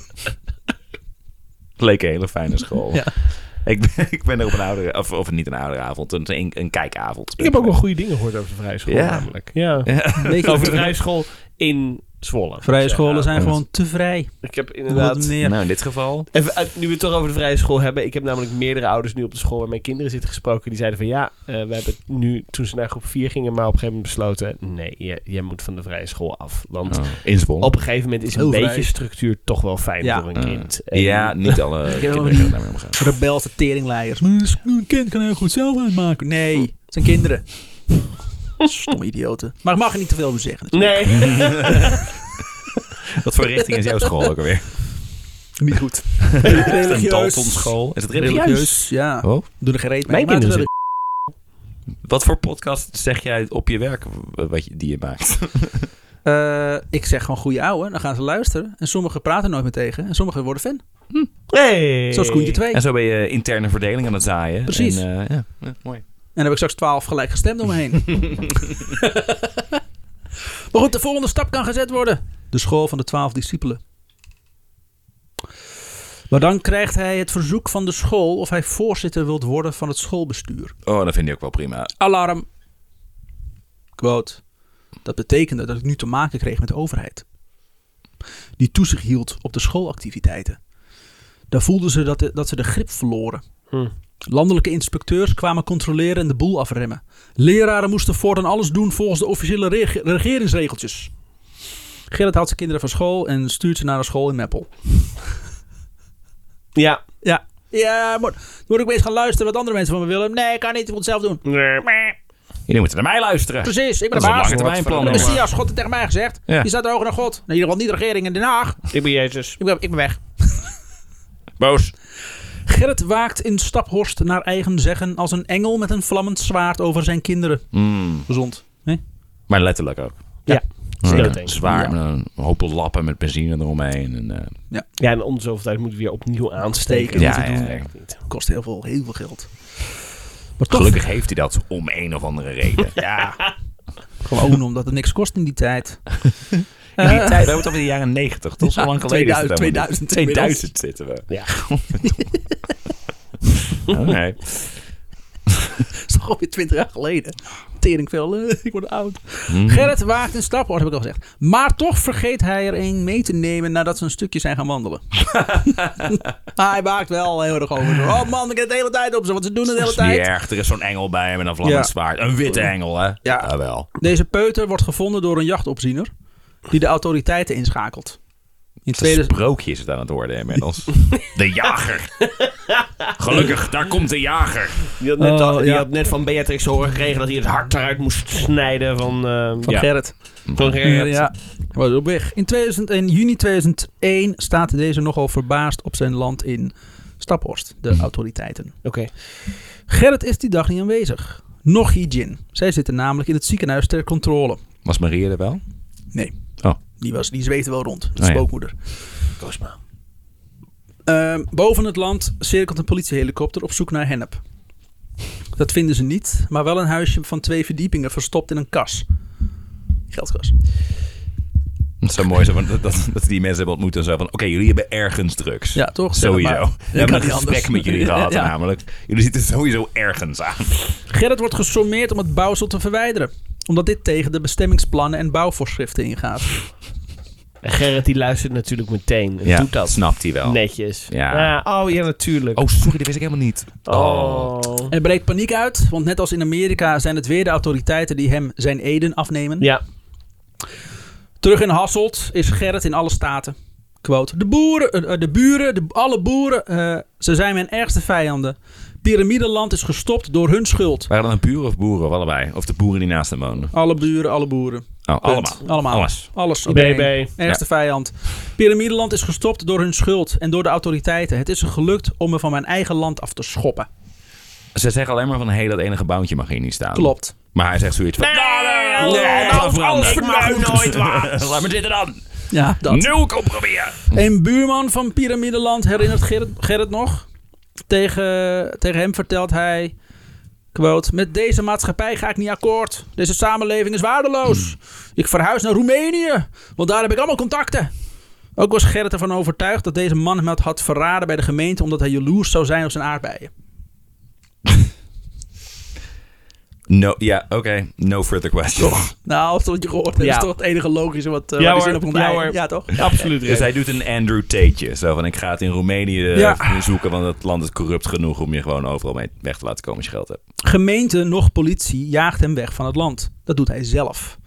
Speaker 2: Leek een hele fijne school.
Speaker 1: Ja.
Speaker 2: ik, ben, ik ben er op een oude, of, of niet een oude avond, een, een, een kijkavond.
Speaker 3: Ik heb ook wel goede dingen gehoord over de vrije school
Speaker 2: Ja.
Speaker 3: namelijk. Ja. Over de vrije school in Zwolle.
Speaker 1: Vrije
Speaker 3: Ja,
Speaker 1: scholen zijn
Speaker 2: ja.
Speaker 1: gewoon te vrij.
Speaker 3: Ik heb
Speaker 1: Inderdaad.
Speaker 3: inderdaad...
Speaker 1: Meer.
Speaker 2: Nou, in dit geval.
Speaker 3: Even, uit- nu we het toch over de vrije school hebben. Ik heb namelijk meerdere ouders nu op de school waar mijn kinderen zitten gesproken. Die zeiden van ja, eh, we hebben nu toen ze naar groep 4 gingen, maar op een gegeven moment besloten. Nee, je- jij moet van de vrije school af. Want
Speaker 2: in Zwolle.
Speaker 3: op een gegeven moment is een
Speaker 1: Heel
Speaker 3: beetje
Speaker 1: vrij.
Speaker 3: structuur toch wel fijn
Speaker 1: Ja.
Speaker 3: voor een
Speaker 2: Eh,
Speaker 3: kind. En-
Speaker 2: ja, niet alle kinderen gaan daarmee omgaan.
Speaker 1: Rebelse teringleiers. Mijn mijn kind kan heel goed zelf uitmaken. Nee, het zijn kinderen. Stomme idioten. Maar ik mag er niet te veel over zeggen.
Speaker 3: Nee.
Speaker 2: Wat voor richting is jouw school ook alweer?
Speaker 1: Niet goed.
Speaker 2: Een
Speaker 1: Religieus.
Speaker 2: Dalton school. Is het religieus?
Speaker 1: Religieus, ja.
Speaker 2: Oh.
Speaker 1: Doe er geen reet mee.
Speaker 3: Mijn
Speaker 1: Maar het is
Speaker 3: kinderen
Speaker 1: wel-
Speaker 2: Wat voor podcast zeg jij op je werk eh, wat je, die je maakt?
Speaker 1: Eh, ik zeg gewoon goede ouwe. Dan gaan ze luisteren. En sommigen praten nooit meer tegen. En sommigen worden fan.
Speaker 3: nee.
Speaker 1: Zoals Koentje 2.
Speaker 2: En zo ben je interne verdeling aan het zaaien.
Speaker 1: Precies.
Speaker 2: En, eh, ja. Ja, mooi.
Speaker 1: En dan heb ik straks 12 gelijk gestemd om me heen. maar goed, de volgende stap kan gezet worden. De school van de 12 discipelen. Maar dan krijgt hij het verzoek van de school of hij voorzitter wilt worden van het schoolbestuur.
Speaker 2: Oh, dat vind ik ook wel prima.
Speaker 1: Alarm. Quote. Dat betekende dat ik nu te maken kreeg met de overheid. Die toezicht hield op de schoolactiviteiten. Daar voelden ze dat, dat ze de grip verloren.
Speaker 3: Hm.
Speaker 2: Hmm.
Speaker 1: Landelijke inspecteurs kwamen controleren en de boel afremmen. Leraren moesten voortaan alles doen volgens de officiële reg- regeringsregeltjes. Gerrit haalt zijn kinderen van school en stuurt ze naar een school in Meppel.
Speaker 3: Ja.
Speaker 1: Ja. Ja, maar dan moet ik weer eens gaan luisteren wat andere mensen van me willen. Nee, kan niet. Ik moet het zelf doen.
Speaker 3: Nee.
Speaker 2: Jullie moeten naar mij luisteren.
Speaker 1: Precies, ik ben
Speaker 2: Dat
Speaker 1: de
Speaker 2: is een
Speaker 1: baas.
Speaker 2: lange termijn plan.
Speaker 3: Wat voor-
Speaker 2: jongen.
Speaker 1: Messias, God heeft tegen mij gezegd.
Speaker 2: Ja.
Speaker 1: Die staat er ogen naar God. Nou, in ieder geval niet de regering in Den Haag.
Speaker 3: Ik ben Jezus.
Speaker 1: Ik ben, ik ben weg.
Speaker 2: Boos.
Speaker 1: Gerrit waakt in Staphorst naar eigen zeggen als een engel met een vlammend zwaard over zijn kinderen.
Speaker 2: Mm,
Speaker 1: Gezond. Nee?
Speaker 2: Maar letterlijk ook.
Speaker 3: Zwaar.
Speaker 2: Ja, Zwaar. met Een hoop lappen met benzine eromheen. En, eh,
Speaker 3: Ja, en om zoveel tijd moeten we weer opnieuw aansteken.
Speaker 2: Ja,
Speaker 3: Dat
Speaker 2: ja,
Speaker 3: doen
Speaker 2: ja.
Speaker 3: we echt niet.
Speaker 1: Kost heel veel, heel veel geld. Maar toch
Speaker 2: gelukkig heeft hij dat om een of andere reden. ja.
Speaker 1: gewoon omdat het niks kost in die tijd.
Speaker 2: In die tijd, we hebben het over de jaren 90. Dat is al lang geleden. is het
Speaker 1: 2000,
Speaker 2: helemaal niet. 2000 zitten we.
Speaker 3: Ja.
Speaker 2: Oh, nee.
Speaker 1: Dat is toch alweer 20 jaar geleden. Tering veel, eh, ik word oud.
Speaker 2: Mm.
Speaker 1: Gerrit waakt in Staphorst, heb ik al gezegd. Maar toch vergeet hij er een mee te nemen nadat ze een stukje zijn gaan wandelen. Maar hij waakt wel heel erg over. Zo, Oh man, ik heb de hele tijd op ze, want ze doen het de
Speaker 2: Dat
Speaker 1: hele
Speaker 2: is niet
Speaker 1: tijd.
Speaker 2: erg. Er is zo'n engel bij hem en een vlammend
Speaker 1: Ja.
Speaker 2: zwaard. Een witte engel, hè?
Speaker 1: Ja.
Speaker 2: wel.
Speaker 1: Deze peuter wordt gevonden door een jachtopziener die de autoriteiten inschakelt. In
Speaker 2: Een
Speaker 1: 2000
Speaker 2: sprookje is het aan het worden inmiddels. de jager. Gelukkig, daar komt de jager.
Speaker 3: Die, had net,
Speaker 1: Oh,
Speaker 3: al- die
Speaker 1: ja.
Speaker 3: had net van Beatrix te horen gekregen dat hij het hart eruit moest snijden van, eh
Speaker 1: van
Speaker 3: ja,
Speaker 1: Gerrit.
Speaker 3: van Gerrit.
Speaker 1: Ja, hij was op weg. In, 2000, in juni 2001 staat deze nogal verbaasd op zijn land in Staphorst, de autoriteiten.
Speaker 3: Oké.
Speaker 1: Gerrit is die dag niet aanwezig. Nog Jin. Zij zitten namelijk in het ziekenhuis ter controle.
Speaker 2: Was Maria er wel?
Speaker 1: Nee.
Speaker 2: Oh.
Speaker 1: Die, was, die zweefde wel rond. De
Speaker 2: Oh ja.
Speaker 1: spookmoeder.
Speaker 3: Cosma.
Speaker 1: Ehm, boven het land cirkelt een politiehelikopter op zoek naar hennep. Dat vinden ze niet, maar wel een huisje van twee verdiepingen verstopt in een kas. Geldkas.
Speaker 2: Dat is zo mooi zo, van, dat, dat, dat die mensen hebben ontmoet en zo van... Oké, jullie hebben ergens drugs.
Speaker 1: Ja, toch? Zeg het
Speaker 2: Sowieso.
Speaker 1: maar.
Speaker 2: We hebben
Speaker 1: kan
Speaker 2: een
Speaker 1: niet
Speaker 2: gesprek
Speaker 1: anders.
Speaker 2: met jullie
Speaker 1: Ja,
Speaker 2: gehad
Speaker 1: ja.
Speaker 2: namelijk. Jullie zitten sowieso ergens aan.
Speaker 1: Gerrit wordt gesommeerd om het bouwsel te verwijderen. Omdat dit tegen de bestemmingsplannen en bouwvoorschriften ingaat.
Speaker 3: En Gerrit die luistert natuurlijk meteen. En doet dat
Speaker 2: snapt hij wel.
Speaker 3: netjes.
Speaker 2: Ja.
Speaker 3: Ah, oh ja, natuurlijk.
Speaker 2: Oh, sorry, dat wist ik helemaal niet.
Speaker 3: Oh.
Speaker 1: Er breekt paniek uit, want net als in Amerika zijn het weer de autoriteiten die hem zijn eden afnemen.
Speaker 3: Ja.
Speaker 1: Terug in Hasselt is Gerrit in alle staten. Quote. De boeren, eh, eh, de buren, de, alle boeren, eh, ze zijn mijn ergste vijanden. Pyramideland is gestopt door hun schuld.
Speaker 2: Waren dat een buren of boeren of allebei? Of de boeren die naast hem wonen?
Speaker 1: Alle buren, alle boeren.
Speaker 2: Oh, allemaal.
Speaker 1: Punt. Allemaal.
Speaker 2: Alles.
Speaker 1: Alles. op
Speaker 3: BB.
Speaker 1: één. Ergste vijand. Pyramideland is gestopt door hun schuld en door de autoriteiten. Het is ze gelukt om me van mijn eigen land af te schoppen.
Speaker 2: Ze zeggen alleen maar van, hé, hey, dat ene gebouwtje mag hier niet staan.
Speaker 1: Klopt.
Speaker 2: Maar hij zegt zoiets van...
Speaker 3: Nee,
Speaker 2: nee,
Speaker 3: nou,
Speaker 2: veranderen.
Speaker 3: alles
Speaker 2: Ik
Speaker 3: mag
Speaker 2: mag
Speaker 3: nooit waar.
Speaker 2: Laat me zitten dan.
Speaker 1: Ja, dat.
Speaker 2: Nul proberen.
Speaker 1: Een buurman van Pyramideland herinnert Gerrit, Gerrit nog. Tegen, tegen hem vertelt hij... Quote, met deze maatschappij ga ik niet akkoord. Deze samenleving is waardeloos. Ik verhuis naar Roemenië, want daar heb ik allemaal contacten. Ook was Gerrit ervan overtuigd dat deze man hem had- had verraden bij de gemeente... omdat hij jaloers zou zijn op zijn aardbeien.
Speaker 2: No, ja, oké. No further questions.
Speaker 1: Nou, dat is wat je gehoord hebt.
Speaker 3: Ja.
Speaker 1: Dat is toch het enige logische wat, eh
Speaker 3: Ja
Speaker 1: waar die
Speaker 3: hoor,
Speaker 1: zin op komt
Speaker 3: ja
Speaker 1: eigen-
Speaker 3: hoor.
Speaker 1: ja, toch?
Speaker 3: Absoluut.
Speaker 2: Dus
Speaker 3: Rens.
Speaker 2: hij doet een Andrew Tateje. Zo van, ik ga het in Roemenië eh,
Speaker 1: Ja.
Speaker 2: zoeken, want het land is corrupt genoeg om je gewoon overal mee weg te laten komen als je geld hebt.
Speaker 1: Gemeente nog politie jaagt hem weg van het land. Dat doet hij zelf.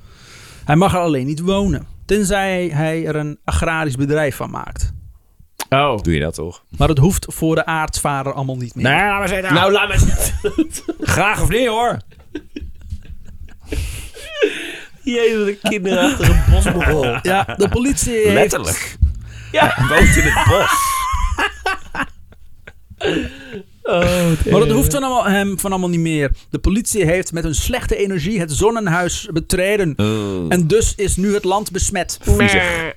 Speaker 1: Hij mag er alleen niet wonen. Tenzij hij er een agrarisch bedrijf van maakt.
Speaker 3: Oh.
Speaker 2: Doe je dat toch?
Speaker 1: Maar dat hoeft voor de aartsvader allemaal niet meer.
Speaker 2: laat maar zitten.
Speaker 3: Nou, laat maar zitten.
Speaker 2: graag of niet hoor.
Speaker 3: Jezus, een kinderachtige bosmogel.
Speaker 1: Ja, de politie heeft-
Speaker 2: Letterlijk.
Speaker 3: Ja.
Speaker 2: Hij woont in het bos.
Speaker 3: Oh,
Speaker 1: Maar dat hoeft van allemaal, hem van allemaal niet meer. De politie heeft met hun slechte energie het zonnenhuis betreden.
Speaker 2: Oh.
Speaker 1: En dus is nu het land besmet.
Speaker 2: Viezig.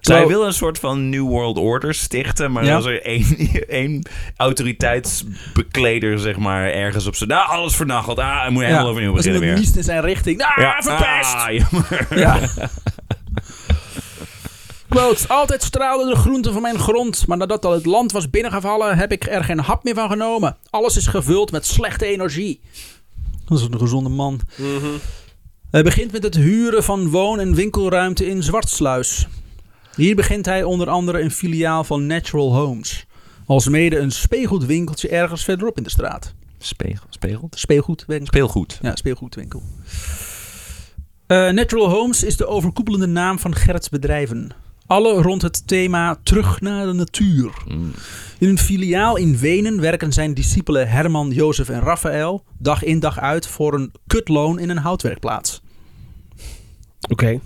Speaker 2: Zij willen een soort van New World Order stichten, maar
Speaker 1: Ja.
Speaker 2: als er één, één autoriteitsbekleder, zeg maar, ergens op zijn... Nou, alles vernacheld. Ah, moet je helemaal overnieuw
Speaker 1: als
Speaker 2: beginnen
Speaker 1: iemand
Speaker 2: weer.
Speaker 1: niest in zijn richting. Ah, verpest!
Speaker 2: Ah, jammer.
Speaker 1: Ja. Quote, altijd straalden de groenten van mijn grond, maar nadat al het land was binnengevallen, heb ik er geen hap meer van genomen. Alles is gevuld met slechte energie. Dat is een gezonde man. Hij begint met het huren van woon- en winkelruimte in Zwartsluis. Hier begint hij onder andere een filiaal van Natural Homes. Alsmede een speelgoedwinkeltje ergens verderop in de straat.
Speaker 2: Spegel, spegelt?
Speaker 1: Speelgoedwinkel.
Speaker 2: Speelgoed.
Speaker 1: Ja, speelgoedwinkel. Eh, Natural Homes is de overkoepelende naam van Gerrits bedrijven. Alle rond het thema terug naar de natuur.
Speaker 2: Mm.
Speaker 1: In een filiaal in Wenen werken zijn discipelen Herman, Jozef en Raphaël dag in dag uit voor een kutloon in een houtwerkplaats.
Speaker 3: Oké.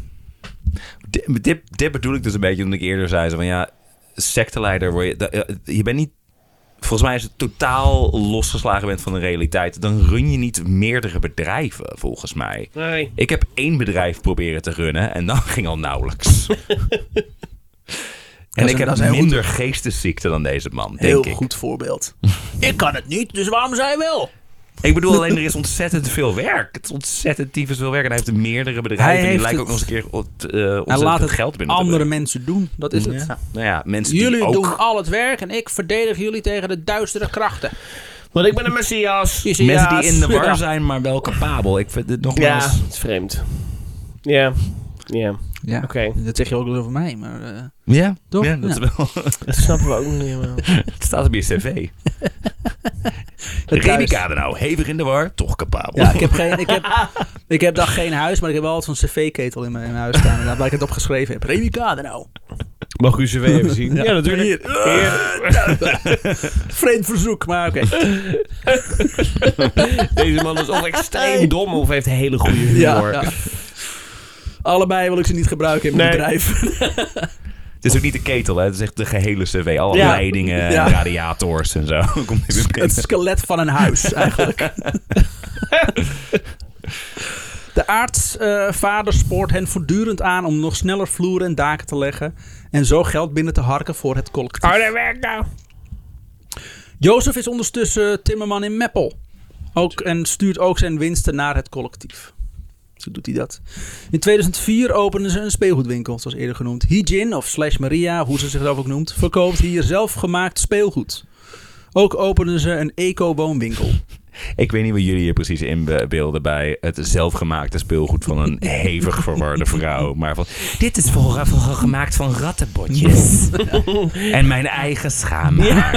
Speaker 2: Dit, dit, dit bedoel ik dus een beetje toen ik eerder zei. zo Van, ja, secteleider, word je, da- eh, je bent niet... Volgens mij is het totaal losgeslagen bent van de realiteit. Dan run je niet meerdere bedrijven, volgens mij.
Speaker 3: Nee.
Speaker 2: Ik heb één bedrijf proberen te runnen en dat ging al nauwelijks. en
Speaker 1: is-
Speaker 2: ik heb
Speaker 1: dat is heel goed.
Speaker 2: minder geestesziekte dan deze man, denk
Speaker 1: Heel
Speaker 2: ik.
Speaker 1: goed voorbeeld. ik kan het niet, dus waarom zij wel?
Speaker 2: Ik bedoel alleen, er is ontzettend veel werk. Het is ontzettend tyfus veel werk. En hij heeft meerdere
Speaker 1: Hij
Speaker 2: bedrijven. en
Speaker 1: heeft
Speaker 2: die lijken ook
Speaker 1: het-
Speaker 2: nog eens een keer op, eh ontzettend
Speaker 1: En laat
Speaker 2: veel
Speaker 1: het
Speaker 2: geld binnen te
Speaker 1: andere
Speaker 2: brengen.
Speaker 1: mensen doen, dat is het.
Speaker 2: Ja, nou ja, mensen die
Speaker 1: Jullie
Speaker 2: ook...
Speaker 1: doen al het werk en ik verdedig jullie tegen de duistere krachten.
Speaker 3: Want ik ben een messias.
Speaker 1: Je ziet
Speaker 2: Mensen
Speaker 1: ja,
Speaker 2: die in de war
Speaker 1: ja.
Speaker 2: zijn, maar wel capabel. Ik vind het
Speaker 3: Ja,
Speaker 2: nogmaals...
Speaker 3: het is vreemd. Ja. Ja,
Speaker 1: Ja,
Speaker 3: oké.
Speaker 1: dat zeg je ook wel eens over mij, maar... eh,
Speaker 2: Ja,
Speaker 1: Toch?
Speaker 2: Ja, dat is wel...
Speaker 3: Dat snappen we ook niet helemaal.
Speaker 2: het staat op je cv. Remy Kadenau, hevig in de war, toch capabel.
Speaker 1: Ja, ik heb, geen, ik, heb, ik heb dan geen huis, maar ik heb wel altijd zo'n cv-ketel in mijn, in mijn huis staan. En daar waar ik het op geschreven heb. Remy nou.
Speaker 3: Mag ik uw cv even zien? ja, natuurlijk.
Speaker 1: Vreemd verzoek, maar oké.
Speaker 3: Deze man is of extreem dom of heeft hele goede humor.
Speaker 1: Ja, ja. Allebei wil ik ze niet gebruiken in mijn
Speaker 3: Nee.
Speaker 1: bedrijf.
Speaker 2: Het is ook niet de ketel, hè. het is echt de gehele cv. Alle
Speaker 3: Ja.
Speaker 2: leidingen, en
Speaker 1: Ja.
Speaker 2: radiators en zo. Komt in
Speaker 1: Het skelet van een huis, eigenlijk. De aartsvader spoort hen voortdurend aan om nog sneller vloeren en daken te leggen. En zo geld binnen te harken voor het collectief.
Speaker 3: Harde werk nou.
Speaker 1: Jozef is ondertussen timmerman in Meppel. Ook, en stuurt ook zijn winsten naar het collectief. Zo doet hij dat. In 2004 openen ze een speelgoedwinkel, zoals eerder genoemd. Hijin, of slash Maria, hoe ze zichzelf ook noemt, verkoopt hier zelfgemaakt speelgoed. Ook openen ze een eco-woonwinkel.
Speaker 2: Ik weet niet wat jullie hier precies inbeelden bij het zelfgemaakte speelgoed van een hevig verwarde vrouw. Maar van, dit is voor, voor gemaakt van rattenbotjes. en mijn eigen schaamhaar.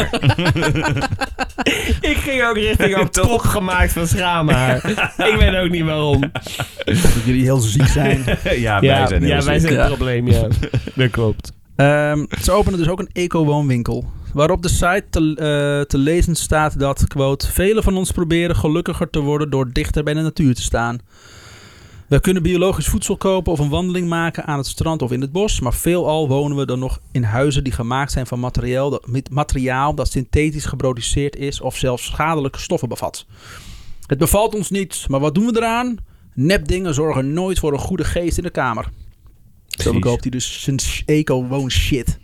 Speaker 3: Ik ging ook richting een pop gemaakt van schaamhaar. ik weet ook niet waarom.
Speaker 1: Dat jullie heel ziek zijn.
Speaker 2: Ja,
Speaker 3: Ja,
Speaker 2: wij zijn heel
Speaker 3: ja, wij
Speaker 2: ziek.
Speaker 3: zijn
Speaker 1: Ja.
Speaker 3: het probleem, ja. Dat klopt.
Speaker 1: Ehm, ze openen dus ook een eco-woonwinkel. Waarop de site te, eh, te lezen staat dat, quote... Velen van ons proberen gelukkiger te worden door dichter bij de natuur te staan. We kunnen biologisch voedsel kopen of een wandeling maken aan het strand of in het bos. Maar veelal wonen we dan nog in huizen die gemaakt zijn van materiaal dat, met materiaal dat synthetisch geproduceerd is of zelfs schadelijke stoffen bevat. Het bevalt ons niet, maar wat doen we eraan? Nepdingen zorgen nooit voor een goede geest in de kamer. Zo
Speaker 2: Precies.
Speaker 1: verkoopt hij dus zijn sh- eco-woon shit.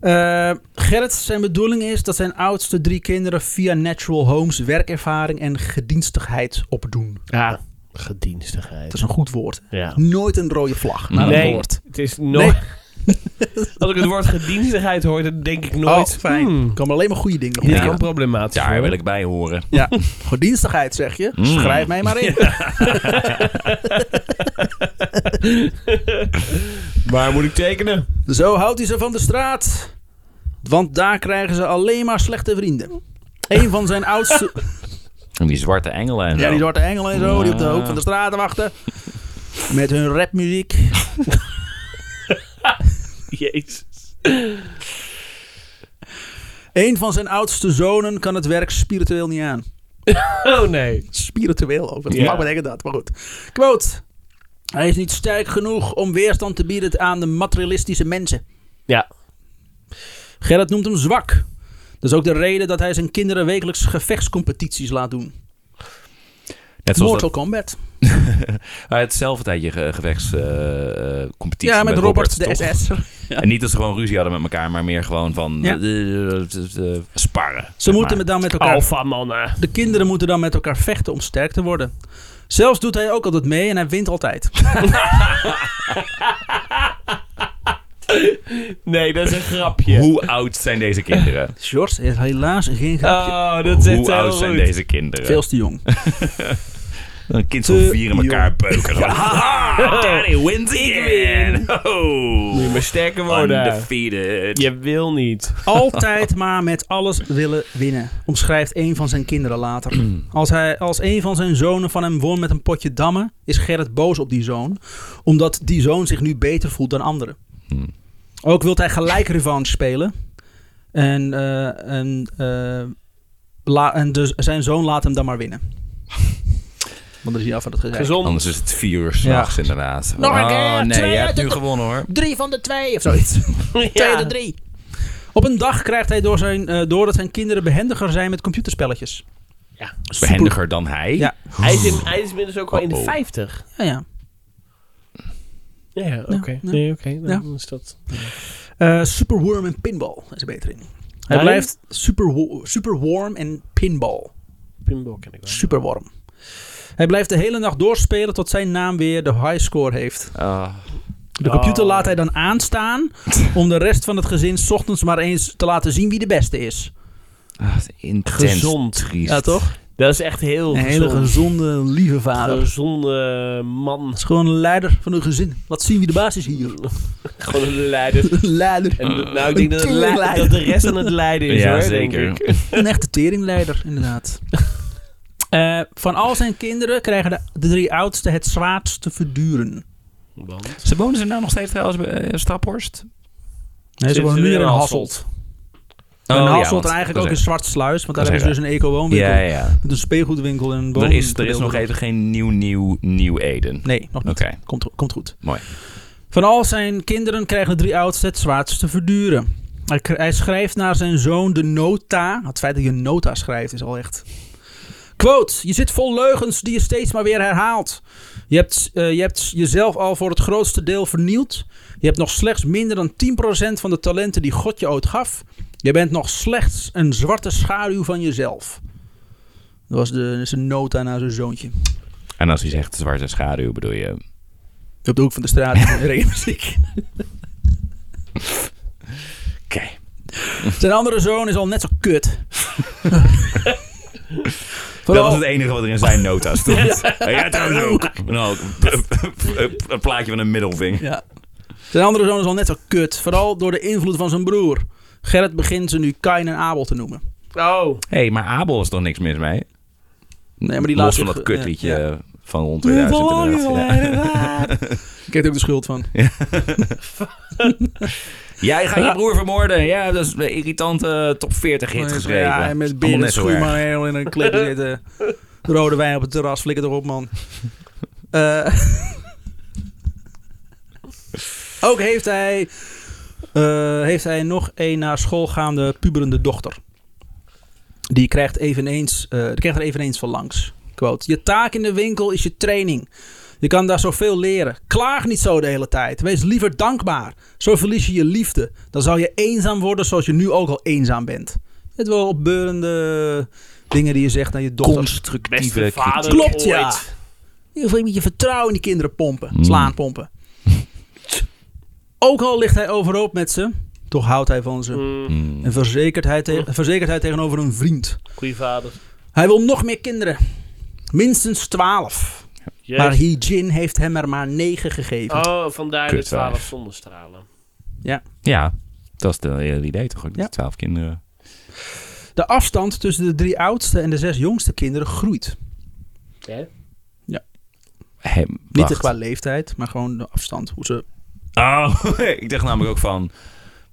Speaker 1: Eh, Gerrit, zijn bedoeling is dat zijn oudste drie kinderen via Natural Homes werkervaring en gedienstigheid opdoen.
Speaker 3: Ja,
Speaker 1: Dat
Speaker 3: gedienstigheid.
Speaker 1: is een goed woord.
Speaker 3: Ja.
Speaker 1: Nooit een rode vlag naar een
Speaker 3: nee,
Speaker 1: woord.
Speaker 3: het is nooit... Als ik het woord gedienstigheid hoor, dan denk ik nooit...
Speaker 1: Oh, fijn.
Speaker 3: hmm,
Speaker 1: Er komen alleen maar goede dingen op.
Speaker 3: Hier
Speaker 1: Ja.
Speaker 3: kan problematisch
Speaker 2: Daar
Speaker 3: worden.
Speaker 2: wil ik bij horen.
Speaker 1: Gedienstigheid zeg je? Schrijf mij maar in.
Speaker 3: Waar moet ik tekenen?
Speaker 1: Zo houdt hij ze van de straat. Want daar krijgen ze alleen maar slechte vrienden. Een van zijn oudste...
Speaker 2: En die zwarte engelen en
Speaker 1: Ja,
Speaker 2: zo.
Speaker 1: die zwarte engelen en zo, die op de hoek van de straat wachten. Met hun rapmuziek.
Speaker 3: Jezus.
Speaker 1: Een van zijn oudste zonen kan het werk spiritueel niet aan.
Speaker 3: Oh nee.
Speaker 1: Spiritueel ook, wat
Speaker 3: Ja.
Speaker 1: mag betekent dat? Maar goed. Quote. Hij is niet sterk genoeg om weerstand te bieden aan de materialistische mensen.
Speaker 3: Ja.
Speaker 1: Gerrit noemt hem zwak. Dat is ook de reden dat hij zijn kinderen wekelijks gevechtscompetities laat doen.
Speaker 2: Net zoals
Speaker 1: Mortal
Speaker 2: dat,
Speaker 1: Kombat.
Speaker 2: Ah, hetzelfde tijdje ge eh, gevechtscompetitie
Speaker 1: Ja, met, Robert, de
Speaker 2: toch?
Speaker 1: SS.
Speaker 2: En niet dat ze gewoon ruzie hadden met elkaar, maar meer gewoon van
Speaker 1: Ja.
Speaker 2: eh, eh, eh, eh, sparren.
Speaker 1: Ze
Speaker 2: zeg
Speaker 1: moeten
Speaker 2: maar.
Speaker 1: dan met elkaar
Speaker 3: Alpha mannen.
Speaker 1: De kinderen moeten dan met elkaar vechten om sterk te worden. Zelfs doet hij ook altijd mee en hij wint altijd.
Speaker 3: Nee, dat is een grapje.
Speaker 2: Hoe oud zijn deze kinderen?
Speaker 1: George is helaas geen grapje.
Speaker 3: Oh, dat is echt
Speaker 2: Hoe
Speaker 3: heel
Speaker 2: oud zijn
Speaker 3: goed.
Speaker 2: deze kinderen?
Speaker 1: Veel te jong.
Speaker 2: Een kind van
Speaker 1: te
Speaker 2: vier in elkaar beuken. Haha, Daddy wins again.
Speaker 3: Moet je
Speaker 2: Oh,
Speaker 3: maar sterker worden.
Speaker 2: undefeated.
Speaker 3: Je wil niet.
Speaker 1: Altijd maar met alles willen winnen, omschrijft een van zijn kinderen later. Als, hij, als een van zijn zonen van hem won met een potje dammen, is Gerrit boos op die zoon. Omdat die zoon zich nu beter voelt dan anderen.
Speaker 2: Hmm.
Speaker 1: Ook wil hij gelijk revanche spelen. En, eh, en, eh, la- en dus zijn zoon laat hem dan maar winnen. Want dan is hij af van het gezegd.
Speaker 3: Gezond.
Speaker 2: Anders is het vier uur s'nachts inderdaad.
Speaker 1: Nog een
Speaker 2: Oh,
Speaker 1: keer,
Speaker 2: nee,
Speaker 1: twee
Speaker 2: je hebt
Speaker 1: uit de-
Speaker 2: nu gewonnen hoor.
Speaker 1: Drie van de twee of zoiets.
Speaker 3: Ja.
Speaker 1: Twee van de drie. Op een dag krijgt hij door zijn, eh, doordat zijn kinderen behendiger zijn met computerspelletjes.
Speaker 3: Ja.
Speaker 1: Super-
Speaker 2: Behendiger dan hij.
Speaker 1: Ja.
Speaker 3: Hij, is in, hij is inmiddels ook al in de
Speaker 2: Uh-oh.
Speaker 3: 50.
Speaker 1: Ja, ja.
Speaker 3: Ja, oké.
Speaker 1: ja.
Speaker 3: Nee, oké. Dan
Speaker 1: Ja.
Speaker 3: is dat...
Speaker 1: Eh, superworm en pinball is er beter in. Hij
Speaker 3: Daarin?
Speaker 1: blijft super, superworm en pinball.
Speaker 3: Pinball ken ik wel.
Speaker 1: Superworm. Hij blijft de hele nacht doorspelen tot zijn naam weer de high score heeft.
Speaker 2: Ah.
Speaker 1: De computer
Speaker 3: Oh.
Speaker 1: laat hij dan aanstaan om de rest van het gezin 's ochtends maar eens te laten zien wie de beste is.
Speaker 2: Ah, intens
Speaker 3: Gezond.
Speaker 2: triest.
Speaker 1: Ja, toch?
Speaker 3: Dat is echt heel
Speaker 1: Een hele
Speaker 3: gezond.
Speaker 1: gezonde, lieve vader. Het
Speaker 3: gezonde eh, man.
Speaker 1: is gewoon een leider van een gezin. Laat zien wie de baas is hier.
Speaker 3: Gewoon een leider.
Speaker 1: leider.
Speaker 3: En, nou, ik denk dat, het
Speaker 1: Een
Speaker 3: le-
Speaker 1: leider.
Speaker 3: dat de rest aan het leiden is,
Speaker 2: Ja,
Speaker 3: hoor,
Speaker 2: zeker. Oh,
Speaker 3: denk ik.
Speaker 1: Een echte teringleider, inderdaad. Eh, van al zijn kinderen krijgen de, de drie oudste het zwaarst te verduren.
Speaker 3: Want?
Speaker 2: Ze wonen ze nou nog steeds trouwens bij eh, Staphorst?
Speaker 1: Nee, ze
Speaker 3: Zitten
Speaker 1: wonen
Speaker 3: ze
Speaker 1: nu
Speaker 3: weer
Speaker 1: in
Speaker 3: in
Speaker 1: Hasselt.
Speaker 2: Oh,
Speaker 1: en
Speaker 2: ja,
Speaker 1: Hasselt
Speaker 2: want-
Speaker 1: en eigenlijk ook in
Speaker 2: dat is
Speaker 1: Zwartsluis, want daar
Speaker 2: dat is
Speaker 1: hebben ze dus een eco-woonwinkel.
Speaker 2: Ja, ja.
Speaker 1: Met een speelgoedwinkel en een
Speaker 2: Er is, er is
Speaker 1: woongedeelte.
Speaker 2: nog even geen nieuw, nieuw, nieuw Eden.
Speaker 1: Nee, nog niet.
Speaker 2: Oké.
Speaker 1: Komt, komt goed.
Speaker 2: Mooi.
Speaker 1: Van al zijn kinderen krijgen de drie oudsten het zwaarst te verduren. Hij, kr- hij schrijft naar zijn zoon de nota. Het feit dat je nota schrijft is al echt... Quote, je zit vol leugens die je steeds maar weer herhaalt. Je hebt, eh, je hebt jezelf al voor het grootste deel vernield. Je hebt nog slechts minder dan 10% van de talenten die God je ooit gaf. Je bent nog slechts een zwarte schaduw van jezelf. Dat was de, zijn nota naar zijn zoontje.
Speaker 2: En als hij zegt zwarte schaduw, bedoel je...
Speaker 1: Op de hoek van de straat reden muziek.
Speaker 2: Oké.
Speaker 1: Zijn andere zoon is al net zo kut.
Speaker 2: Dat
Speaker 1: Vooral-
Speaker 2: was het enige wat er in zijn nota stond. Ja, ja trouwens ook. Nou, een plaatje van een middelvinger.
Speaker 1: ja. Zijn andere zoon is al net zo kut. Vooral door de invloed van zijn broer. Gerrit begint ze nu Kain en Abel te noemen.
Speaker 3: Oh.
Speaker 2: Hé, hey, maar Abel is toch niks mis mee?
Speaker 1: Nee, maar die
Speaker 2: Los
Speaker 1: laatste-
Speaker 2: van dat kutliedje
Speaker 1: Ja,
Speaker 2: eh, van rond 2000. inderdaad. Ja.
Speaker 1: Ik heb er ook de schuld van.
Speaker 2: Jij gaat je broer vermoorden. Ja, dat is een irritante eh, top 40 hit geschreven.
Speaker 1: Ja, en met binnen schuurman helemaal in een clip zitten. Rode wijn op het terras, flikker erop, man. Eh, ook heeft hij, eh, heeft hij nog een naar school gaande puberende dochter. Die krijgt, eveneens, eh, die krijgt er eveneens van langs. Quote, je taak in de winkel is je training. Je kan daar zoveel leren. Klaag niet zo de hele tijd. Wees liever dankbaar. Zo verlies je je liefde. Dan zal je eenzaam worden zoals je nu ook al eenzaam bent. Het wel opbeurende dingen die je zegt naar je dochter.
Speaker 2: Constructieve
Speaker 3: Beste
Speaker 2: kritiek.
Speaker 3: vader
Speaker 1: Klopt,
Speaker 3: ooit.
Speaker 1: ja. Heel veel met je vertrouwen in die kinderen pompen.
Speaker 2: Hmm.
Speaker 1: Slaan pompen. Ook al ligt hij overhoop met ze, toch houdt hij van ze.
Speaker 3: Mm,
Speaker 2: Mm.
Speaker 1: En verzekert hij, te- verzekert hij tegenover een vriend.
Speaker 3: goeie vader.
Speaker 1: Hij wil nog meer kinderen. Minstens twaalf.
Speaker 3: Jezus.
Speaker 1: Maar Hee Jin heeft hem er maar negen gegeven.
Speaker 3: Oh, vandaar de
Speaker 2: Kutwijf.
Speaker 3: 12 zonnestralen.
Speaker 2: Ja, dat is de hele idee toch ook. Die
Speaker 1: Ja.
Speaker 2: twaalf kinderen.
Speaker 1: De afstand tussen de drie oudste en de zes jongste kinderen groeit.
Speaker 3: Ja.
Speaker 2: Hé,
Speaker 1: Niet
Speaker 2: wacht.
Speaker 1: echt qua leeftijd, maar gewoon de afstand. Hoe ze...
Speaker 2: Oh, ik dacht namelijk ook van...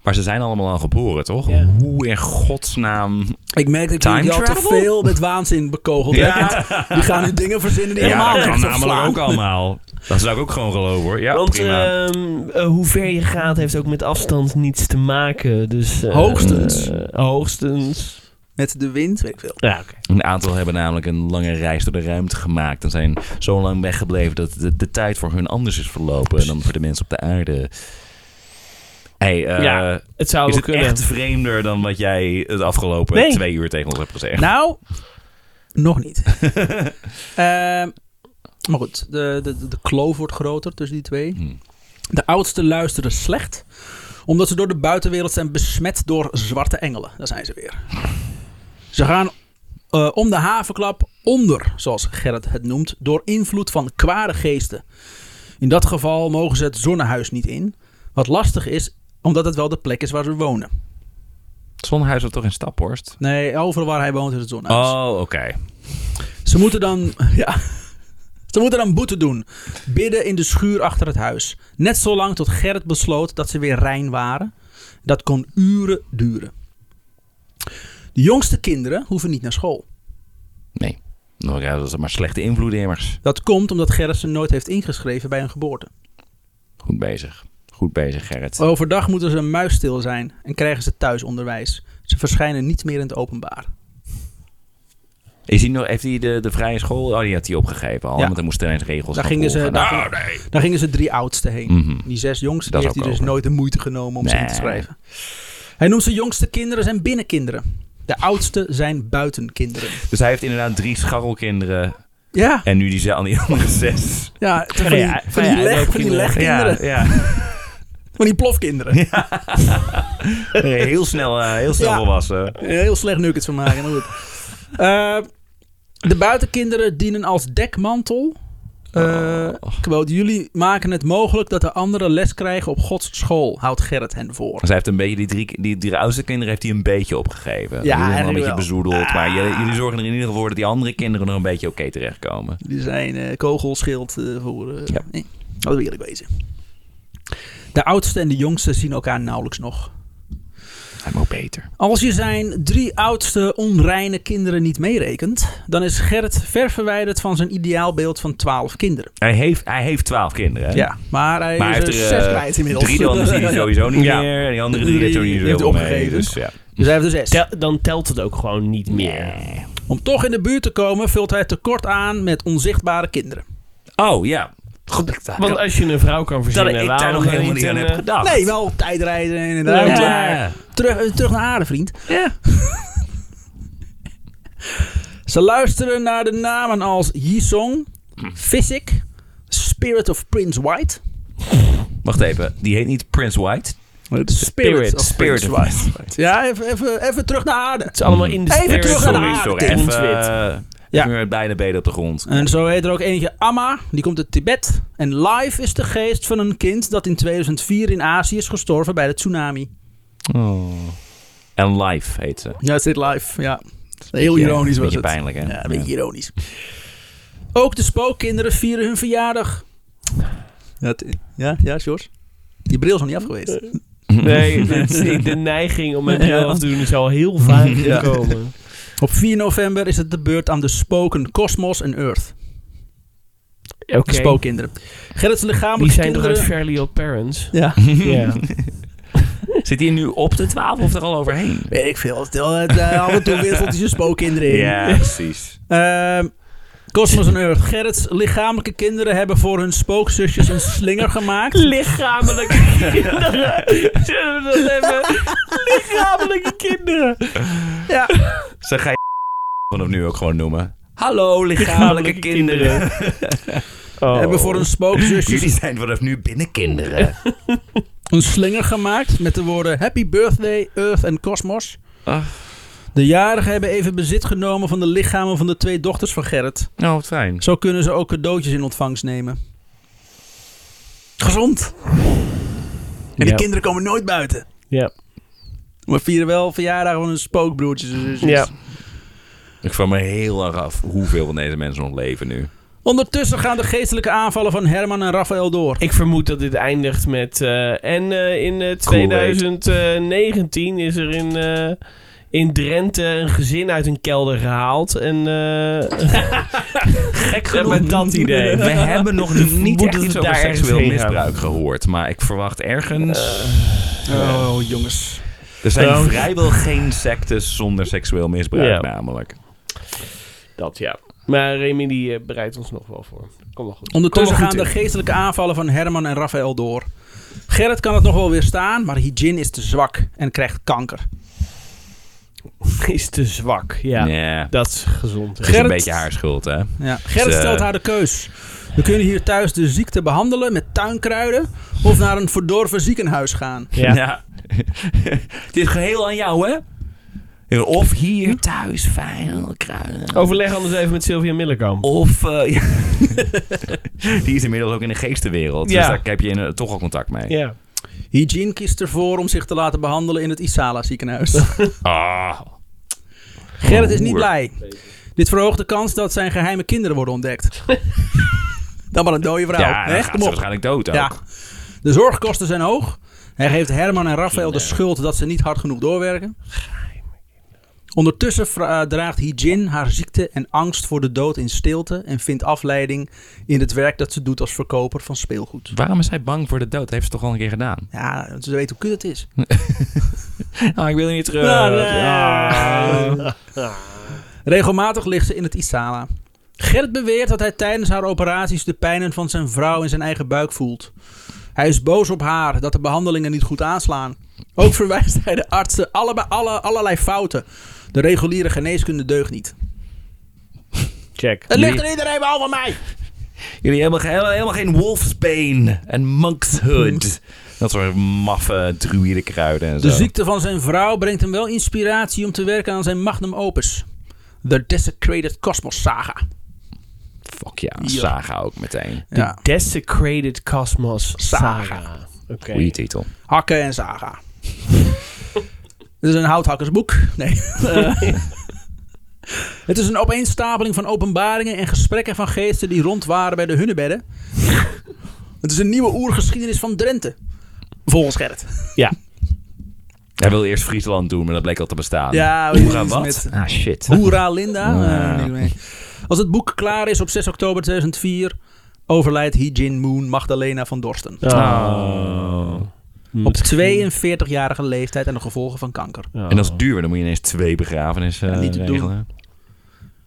Speaker 2: Maar ze zijn allemaal al geboren, toch?
Speaker 3: Ja.
Speaker 2: Hoe in godsnaam...
Speaker 1: Ik merk dat
Speaker 2: Time
Speaker 1: jullie al te
Speaker 2: travel?
Speaker 1: veel met waanzin bekogeld hebt. Die gaan nu dingen verzinnen die helemaal
Speaker 2: dat kan
Speaker 1: nergens op
Speaker 2: namelijk
Speaker 1: slaan.
Speaker 2: ook allemaal. Dat zou ik ook gewoon geloven, hoor. Ja,
Speaker 3: Want
Speaker 2: prima.
Speaker 3: ehm, eh, hoe ver je gaat heeft ook met afstand niets te maken. Dus, eh,
Speaker 1: Hoogstens.
Speaker 3: eh, hoogstens.
Speaker 1: Met de wind, weet ik veel.
Speaker 3: Ja, oké.
Speaker 2: Een aantal hebben namelijk een lange reis door de ruimte gemaakt. En zijn zo lang weggebleven dat de, de tijd voor hun anders is verlopen dan voor de mensen op de aarde. Hey, eh,
Speaker 3: Ja, Het zou
Speaker 2: is
Speaker 3: wel
Speaker 2: het
Speaker 3: kunnen.
Speaker 2: echt vreemder dan wat jij het afgelopen
Speaker 3: Nee.
Speaker 2: twee uur tegen ons hebt gezegd?
Speaker 1: Nou, nog niet. Ehm, maar goed, de, de, de kloof wordt groter tussen die twee.
Speaker 2: Hmm.
Speaker 1: De oudsten luisteren slecht, omdat ze door de buitenwereld zijn besmet door zwarte engelen. Daar zijn ze weer. Ze gaan eh, om de havenklap onder, zoals Gerrit het noemt, door invloed van kwade geesten. In dat geval mogen ze het zonnehuis niet in, wat lastig is, omdat het wel de plek is waar ze wonen.
Speaker 2: Het zonnehuis was toch in Staphorst?
Speaker 1: Nee, overal waar hij woont is het zonnehuis.
Speaker 2: Oh, oké.
Speaker 1: Ze moeten dan. Ja. Ze moeten dan boete doen. Bidden in de schuur achter het huis. Net zo lang tot Gerrit besloot dat ze weer rein waren. Dat kon uren duren. De jongste kinderen hoeven niet naar school.
Speaker 2: Nee. Nou ja, dat is maar slechte invloeden immers.
Speaker 1: Dat komt omdat Gerrit ze nooit heeft ingeschreven bij een geboorte.
Speaker 2: Goed bezig. Goed bezig, Gerrit.
Speaker 1: Overdag moeten ze muisstil zijn en krijgen ze thuisonderwijs. Ze verschijnen niet meer in het openbaar.
Speaker 2: Is hij nog, heeft hij de, de vrije school? Oh, die had hij opgegeven al.
Speaker 1: Ja.
Speaker 2: Want er moesten ineens regels
Speaker 1: Daar
Speaker 2: gaan
Speaker 1: gingen, ze,
Speaker 2: volgen.
Speaker 1: daar,
Speaker 2: Nou,
Speaker 1: gingen- daar gingen ze drie oudsten heen.
Speaker 2: Mhm.
Speaker 1: Die zes jongsten
Speaker 2: Dat
Speaker 1: die heeft
Speaker 2: is
Speaker 1: hij
Speaker 2: ook
Speaker 1: dus
Speaker 2: over.
Speaker 1: nooit de moeite genomen om ze in te
Speaker 2: Nee.
Speaker 1: schrijven. Hij noemt ze jongste kinderen zijn binnenkinderen. De oudste zijn buitenkinderen.
Speaker 2: Dus hij heeft inderdaad drie scharrelkinderen.
Speaker 1: Ja,
Speaker 2: En nu die ze aan die andere zes.
Speaker 1: ja van die,
Speaker 3: Ja,
Speaker 1: van die,
Speaker 3: ja,
Speaker 1: leg,
Speaker 3: leuk
Speaker 1: van die
Speaker 3: kinderen.
Speaker 1: legkinderen.
Speaker 2: ja.
Speaker 1: Van die plofkinderen.
Speaker 2: Heel snel, eh, heel snel
Speaker 1: Ja.
Speaker 2: volwassen.
Speaker 1: Heel slecht nuggets van maken. maar goed. Eh, de buitenkinderen dienen als dekmantel. Eh,
Speaker 2: Oh.
Speaker 1: quote, jullie maken het mogelijk dat de anderen les krijgen op Gods school, houdt Gerrit hen voor.
Speaker 2: Dus hij heeft een beetje die drie, die, die oudste kinderen heeft hij een beetje opgegeven.
Speaker 1: Ja, Ah.
Speaker 2: Ja, die zijn wel een
Speaker 1: eigenlijk
Speaker 2: beetje
Speaker 1: wel.
Speaker 2: bezoedeld. Maar jullie, jullie zorgen er in ieder geval voor dat die andere kinderen nog een beetje oké terechtkomen.
Speaker 1: Die zijn eh, kogelschild eh, voor. eh,
Speaker 2: Ja.
Speaker 1: nee, laten we eerlijk wezen. De oudste en de jongste zien elkaar nauwelijks nog.
Speaker 2: Hij mag beter.
Speaker 1: Als je zijn drie oudste onreine kinderen niet meerekent, dan is Gerrit ver verwijderd van zijn ideaalbeeld van twaalf kinderen.
Speaker 2: Hij heeft, hij heeft twaalf kinderen. hè?
Speaker 1: Ja, maar hij
Speaker 2: Maar hij
Speaker 1: is
Speaker 2: heeft
Speaker 1: er
Speaker 2: er
Speaker 1: zes
Speaker 2: eh,
Speaker 1: kwijt inmiddels.
Speaker 2: drie dan zie je
Speaker 1: Ja.
Speaker 2: sowieso niet
Speaker 1: Ja.
Speaker 2: meer. En die andere drie
Speaker 1: Die
Speaker 2: heeft er niet
Speaker 1: heeft hij
Speaker 2: zoveel mee.
Speaker 1: opgegeven.
Speaker 2: Dus ja.
Speaker 1: Dus hij heeft er zes.
Speaker 3: Tel- dan telt het ook gewoon niet meer.
Speaker 1: Om toch in de buurt te komen, vult hij het tekort aan met onzichtbare kinderen.
Speaker 2: Oh ja. Goed, dat- dat-
Speaker 3: Want als je een vrouw kan
Speaker 2: dat
Speaker 3: verzinnen,
Speaker 2: ik
Speaker 3: waarom
Speaker 2: daar nog
Speaker 3: dan
Speaker 2: helemaal niet aan
Speaker 3: een,
Speaker 2: heb
Speaker 3: eh,
Speaker 2: gedacht.
Speaker 1: Nee, wel op tijd rijden en inderdaad.
Speaker 2: Ah, Ja.
Speaker 1: eh, Terug, eh, terug naar aarde, vriend.
Speaker 2: Ja.
Speaker 1: Ze luisteren naar de namen als Yisong, Physic, Spirit of Prince White.
Speaker 2: Wacht even. Die heet niet Prince White.
Speaker 1: Spirit,
Speaker 3: Spirit,
Speaker 1: of
Speaker 2: Spirit
Speaker 1: Prince
Speaker 2: of
Speaker 1: White. Ja, even, even, even terug naar aarde.
Speaker 3: Het is allemaal in de
Speaker 1: Even
Speaker 3: spirit.
Speaker 1: terug aan de
Speaker 2: Sorry,
Speaker 1: aarde.
Speaker 2: sorry.
Speaker 1: Ons
Speaker 2: Even
Speaker 3: wit.
Speaker 2: eh,
Speaker 1: Ja. Eh.
Speaker 2: even met beide benen op de grond.
Speaker 1: En zo heet er ook eentje Amma, die komt uit Tibet. En Life is de geest van een kind dat in 2004 in Azië is gestorven bij de tsunami.
Speaker 2: Oh. En Life heet ze.
Speaker 1: Ja, het zit live, ja. Heel
Speaker 2: Ja,
Speaker 1: ironisch was
Speaker 2: beetje
Speaker 1: het.
Speaker 2: pijnlijk, hè?
Speaker 1: Ja, een beetje ironisch. Ook de spookkinderen vieren hun verjaardag. Ja, t- ja, ja, George? Die bril is nog niet af geweest.
Speaker 3: Nee, dit is niet de neiging om met
Speaker 1: Ja.
Speaker 3: bril af te doen is al heel vaak
Speaker 1: Ja.
Speaker 3: gekomen.
Speaker 1: Op 4 november is het de beurt aan de spoken Cosmos en Earth.
Speaker 3: Oké,
Speaker 1: De spookkinderen. Gerrit's
Speaker 3: die
Speaker 1: lichamelijke
Speaker 3: zijn toch
Speaker 1: kinderen...
Speaker 3: uit Fairly Odd Parents?
Speaker 1: ja,
Speaker 3: Ja.
Speaker 2: Zit hij nu op de 12 of er al overheen?
Speaker 1: weet ik veel. Stel, het, eh, af en toe wisselt hij zijn spookkinderen in.
Speaker 2: Ja, precies.
Speaker 1: Ehm, Cosmos en Earth. Gerrit's lichamelijke kinderen hebben voor hun spookzusjes een slinger gemaakt.
Speaker 3: Lichamelijke kinderen. Zullen we dat hebben? Lichamelijke kinderen.
Speaker 1: Ja.
Speaker 2: Ze ga je vanaf nu ook gewoon noemen. Hallo, lichamelijke
Speaker 3: Lichamelijke
Speaker 2: kinderen.
Speaker 3: Oh.
Speaker 1: Hebben voor hun spookzusjes
Speaker 2: Jullie zijn vanaf nu binnenkinderen.
Speaker 1: een slinger gemaakt met de woorden Happy Birthday, Earth en Cosmos.
Speaker 2: Ah.
Speaker 1: De jarigen hebben even bezit genomen van de lichamen van de twee dochters van Gerrit.
Speaker 2: Nou, wat fijn.
Speaker 1: Zo kunnen ze ook cadeautjes in ontvangst nemen. Gezond. En de
Speaker 3: Ja.
Speaker 1: kinderen komen nooit buiten.
Speaker 3: Ja.
Speaker 1: Maar vieren wel verjaardag van hun spookbroertjes en zusjes.
Speaker 3: ja.
Speaker 2: Ik vraag me heel erg af hoeveel van deze mensen nog leven nu.
Speaker 1: Ondertussen gaan de geestelijke aanvallen van Herman en Raphaël door.
Speaker 3: Ik vermoed dat dit eindigt met... eh, en eh, in eh, 2019 is er in... eh, in Drenthe een gezin uit een kelder gehaald. En eh
Speaker 2: Gek
Speaker 3: genoeg met dat idee.
Speaker 2: We hebben nog niet
Speaker 3: Moeten
Speaker 2: echt
Speaker 3: we
Speaker 2: iets
Speaker 3: daar
Speaker 2: over
Speaker 3: ergens
Speaker 2: seksueel
Speaker 3: heen gaan?
Speaker 2: misbruik gehoord. Maar ik verwacht ergens...
Speaker 1: Oh, jongens.
Speaker 2: Eh, er zijn
Speaker 3: Oh.
Speaker 2: vrijwel geen sectes zonder seksueel misbruik
Speaker 3: Ja.
Speaker 2: namelijk.
Speaker 3: dat ja. Maar Remy die eh, bereidt ons nog wel voor. Kom nog goed.
Speaker 1: Ondertussen
Speaker 2: Kom er
Speaker 1: gaan
Speaker 2: goed
Speaker 1: de
Speaker 2: in.
Speaker 1: geestelijke aanvallen van Herman en Raphaël door. Gerrit kan het nog wel weerstaan, maar Hijin is te zwak en krijgt kanker.
Speaker 3: Is te zwak. Ja.
Speaker 2: Ja.
Speaker 3: Dat is gezond.
Speaker 2: Het is een
Speaker 1: Gerrit-
Speaker 2: beetje haar schuld, hè?
Speaker 1: Ja. Gerrit
Speaker 2: Ze-
Speaker 1: stelt haar de keus. We kunnen hier thuis de ziekte behandelen met tuinkruiden of naar een verdorven ziekenhuis gaan.
Speaker 3: Ja.
Speaker 2: Het is geheel aan jou, hè? Of hier thuis, fijn, kruiden.
Speaker 3: Overleg anders even met Sylvia Millerkamp.
Speaker 2: Of, eh, ja. die is inmiddels ook in de geestenwereld.
Speaker 3: Ja.
Speaker 2: Dus daar heb je in- toch al contact mee.
Speaker 3: Ja.
Speaker 1: Hijin kiest ervoor om zich te laten behandelen in het Isala ziekenhuis.
Speaker 2: Ah.
Speaker 1: Gerrit is niet
Speaker 2: Oer.
Speaker 1: blij. Dit verhoogt de kans dat zijn geheime kinderen worden ontdekt. Dan maar een dode vrouw.
Speaker 2: Ja,
Speaker 1: Hè?
Speaker 2: dan
Speaker 1: Kom
Speaker 2: gaat
Speaker 1: op.
Speaker 2: ze waarschijnlijk dood ook.
Speaker 1: Ja. De zorgkosten zijn hoog. Hij geeft Herman en Raphaël de schuld dat ze niet hard genoeg doorwerken. Ondertussen vra- eh, draagt Hijin haar ziekte en angst voor de dood in stilte en vindt afleiding in het werk dat ze doet als verkoper van speelgoed.
Speaker 2: Waarom is hij bang voor de dood? Dat heeft ze toch al een keer gedaan?
Speaker 1: Ja, ze weet hoe kut het is. Nou,
Speaker 2: Ah, ik wil hier niet terug.
Speaker 1: Ja, nee. Regelmatig ligt ze in het Isala. Gert beweert dat hij tijdens haar operaties de pijnen van zijn vrouw in zijn eigen buik voelt. Hij is boos op haar dat de behandelingen niet goed aanslaan. Ook verwijst hij de artsen alle, alle, allerlei fouten. De reguliere geneeskunde deugt niet.
Speaker 3: Check.
Speaker 1: Het ligt er iedereen behalve mij!
Speaker 2: Jullie hebben ge- helemaal, helemaal geen wolfsbane en monkshood. Dat soort maffe druïdenkruiden en zo.
Speaker 1: De ziekte van zijn vrouw brengt hem wel inspiratie om te werken aan zijn magnum opus. The Desecrated Cosmos Saga.
Speaker 2: Fuck ja,
Speaker 1: Ja.
Speaker 2: Saga ook meteen.
Speaker 1: Ja.
Speaker 3: Desecrated Cosmos Saga.
Speaker 1: Saga.
Speaker 3: Oké.
Speaker 2: Goeie titel.
Speaker 1: Hakken en zagen. Het is een houthakkersboek. Nee. Eh, het is een opeenstapeling van openbaringen en gesprekken van geesten die rond waren bij de hunnebedden. het is een nieuwe oergeschiedenis van Drenthe. Volgens Gerrit.
Speaker 3: Ja.
Speaker 2: Hij wilde eerst Friesland doen, maar dat bleek al te bestaan.
Speaker 1: Ja,
Speaker 2: Hoera
Speaker 1: iets
Speaker 2: wat?
Speaker 1: met-
Speaker 2: Ah, shit.
Speaker 1: Hoera Linda.
Speaker 2: Ja.
Speaker 1: Eh, niet mee. Als het boek klaar is op 6 oktober 2004, overlijdt Hee-Jin Moon Magdalena van Dorsten.
Speaker 2: Oh.
Speaker 1: Op 42-jarige leeftijd en de gevolgen van kanker.
Speaker 2: En dat is duur, dan moet je ineens twee begrafenissen
Speaker 1: Ja, niet te
Speaker 2: eh,
Speaker 1: doen.
Speaker 2: regelen.
Speaker 1: En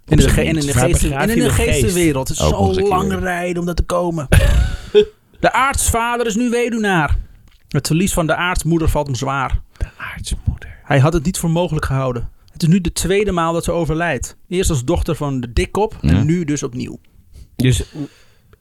Speaker 1: in de,
Speaker 2: zich
Speaker 1: ge-
Speaker 2: niet.
Speaker 1: en in de,
Speaker 3: Waar
Speaker 1: geesten,
Speaker 3: begraaf
Speaker 1: en in
Speaker 3: je
Speaker 1: de
Speaker 3: de geest?
Speaker 1: geestenwereld. Het is
Speaker 2: Ook nog eens
Speaker 1: zo'n
Speaker 2: een keer.
Speaker 1: lange rijden om dat te komen. de aartsvader is nu weduwnaar. Het verlies van de aartsmoeder valt hem zwaar.
Speaker 3: De aartsmoeder.
Speaker 1: Hij had het niet voor mogelijk gehouden. Het is nu de tweede maal dat ze overlijdt. Eerst als dochter van de dikkop
Speaker 2: Ja.
Speaker 1: en nu dus opnieuw.
Speaker 3: Dus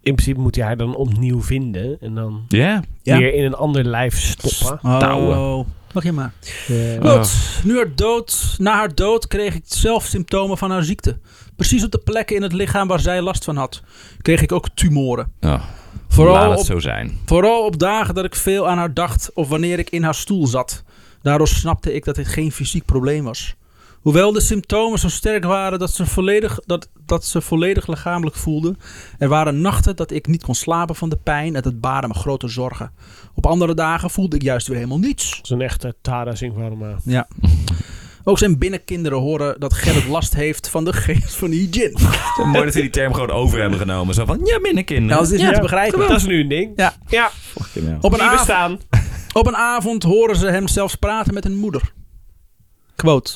Speaker 3: in principe moet je haar dan opnieuw vinden. En dan
Speaker 2: Ja.
Speaker 1: Ja.
Speaker 3: weer in een ander lijf stoppen.
Speaker 2: Touwen.
Speaker 1: Oh, mag je maar.
Speaker 3: Eh,
Speaker 2: Oh.
Speaker 1: Goed, nu haar dood, na haar dood kreeg ik zelf symptomen van haar ziekte. Precies op de plekken in het lichaam waar zij last van had, kreeg ik ook tumoren.
Speaker 2: Oh, laat
Speaker 1: Vooral
Speaker 2: het
Speaker 1: op
Speaker 2: zo zijn.
Speaker 1: Vooral op dagen dat ik veel aan haar dacht of wanneer ik in haar stoel zat. Daardoor snapte ik dat dit geen fysiek probleem was. Hoewel de symptomen zo sterk waren dat ze volledig, dat, dat ze volledig lichamelijk voelde, er waren nachten dat ik niet kon slapen van de pijn en het baarde me grote zorgen. Op andere dagen voelde ik juist weer helemaal niets.
Speaker 3: Dat is een echte Tara Singh Varma.
Speaker 1: Ja. Ook zijn binnenkinderen horen dat Gerrit last heeft van de geest van Hijin.
Speaker 2: Mooi dat ze die term gewoon over hebben genomen. Zo van, ja,
Speaker 1: Nou, dat
Speaker 2: minnekind.
Speaker 1: is niet
Speaker 3: Ja,
Speaker 1: te begrijpen.
Speaker 3: Dat is nu een ding.
Speaker 1: Ja.
Speaker 3: Ja,
Speaker 1: Op een,
Speaker 3: die
Speaker 1: avond,
Speaker 3: bestaan.
Speaker 1: Op een avond horen ze hem zelfs praten met een moeder. Quote.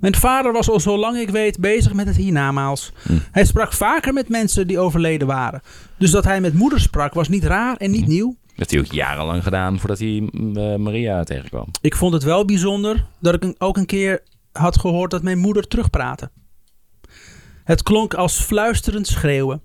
Speaker 1: Mijn vader was al zolang ik weet bezig met het hiernamaals. Hij sprak vaker met mensen die overleden waren. Dus dat hij met moeder sprak was niet raar en niet nieuw.
Speaker 2: Dat heeft hij ook jarenlang gedaan voordat hij mm, eh, Maria tegenkwam.
Speaker 1: Ik vond het wel bijzonder dat ik een- ook een keer had gehoord dat mijn moeder terugpraatte. Het klonk als fluisterend schreeuwen.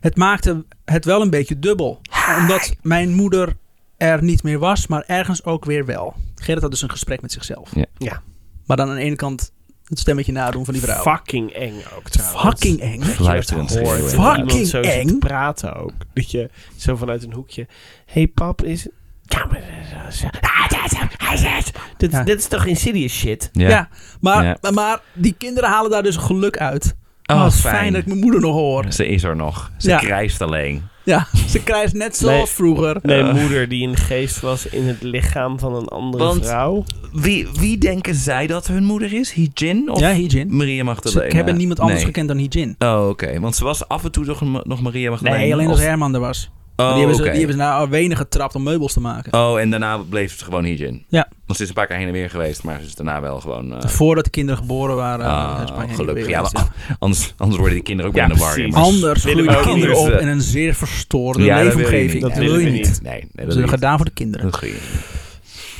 Speaker 1: Het maakte het wel een beetje dubbel. Omdat mijn moeder er niet meer was, maar ergens ook weer wel. Gerrit had dus een gesprek met zichzelf.
Speaker 3: Ja.
Speaker 1: Maar dan aan de ene kant het stemmetje nadoen van die vrouw.
Speaker 3: Fucking eng ook trouwens.
Speaker 1: Fucking eng.
Speaker 2: Fluisterend schreeuwen.
Speaker 1: Fuck.
Speaker 3: Fucking
Speaker 1: Fucking
Speaker 3: iemand zo zit
Speaker 1: eng.
Speaker 3: te praten ook. Dat je zo vanuit een hoekje... hey, pap, is... Ja, maar dat is- Ah, dat is- hij zegt- Dit
Speaker 1: Ja.
Speaker 3: dit is toch insidious shit?
Speaker 1: Ja, maar,
Speaker 2: Ja.
Speaker 1: Maar, maar die kinderen halen daar dus geluk uit.
Speaker 2: Oh,
Speaker 1: wat
Speaker 2: fijn.
Speaker 1: fijn. dat ik mijn moeder nog hoor.
Speaker 2: Oh, Ze is er nog. Ze
Speaker 1: Ja.
Speaker 2: krijgt alleen.
Speaker 1: Ja, ze krijgt net zoals
Speaker 3: Nee.
Speaker 1: vroeger.
Speaker 3: Mijn
Speaker 2: Eh.
Speaker 3: moeder die een geest was in het lichaam van een andere
Speaker 2: Want-
Speaker 3: vrouw.
Speaker 2: Wie, wie denken zij dat hun moeder is? Hijin of
Speaker 1: ja, Hijin.
Speaker 2: Maria Magdalena?
Speaker 1: Ze hebben niemand anders
Speaker 2: Nee.
Speaker 1: gekend dan Hijin.
Speaker 2: Oh, oké. Want ze was af en toe toch een- nog Maria Magdalena?
Speaker 1: Nee, alleen
Speaker 2: of-
Speaker 1: als Herman er was.
Speaker 2: Oh,
Speaker 1: die, hebben ze,
Speaker 2: oké.
Speaker 1: die hebben ze naar Wenen getrapt om meubels te maken.
Speaker 2: Oh, en daarna bleef het gewoon Hijin?
Speaker 1: Ja.
Speaker 2: Want ze is een paar keer heen en weer geweest, maar ze is daarna wel gewoon... eh,
Speaker 1: Voordat de kinderen geboren waren.
Speaker 2: ah,
Speaker 1: eh, is Spanje
Speaker 2: gelukkig.
Speaker 1: weer
Speaker 2: Ja,
Speaker 1: geweest,
Speaker 2: maar anders, anders worden die kinderen ook
Speaker 3: Ja,
Speaker 2: weer in de war.
Speaker 3: precies.
Speaker 2: immers.
Speaker 1: Anders
Speaker 3: Willen we
Speaker 1: groeien de
Speaker 3: ook
Speaker 1: kinderen
Speaker 2: niet.
Speaker 1: op in een zeer verstoorde
Speaker 2: Ja, dat wil je
Speaker 1: leefomgeving.
Speaker 2: niet.
Speaker 1: Dat wil je niet.
Speaker 2: Nee,
Speaker 1: Ze
Speaker 2: nee, dat wil
Speaker 1: hebben
Speaker 2: je niet.
Speaker 1: gedaan voor de kinderen.
Speaker 2: Dat wil je niet.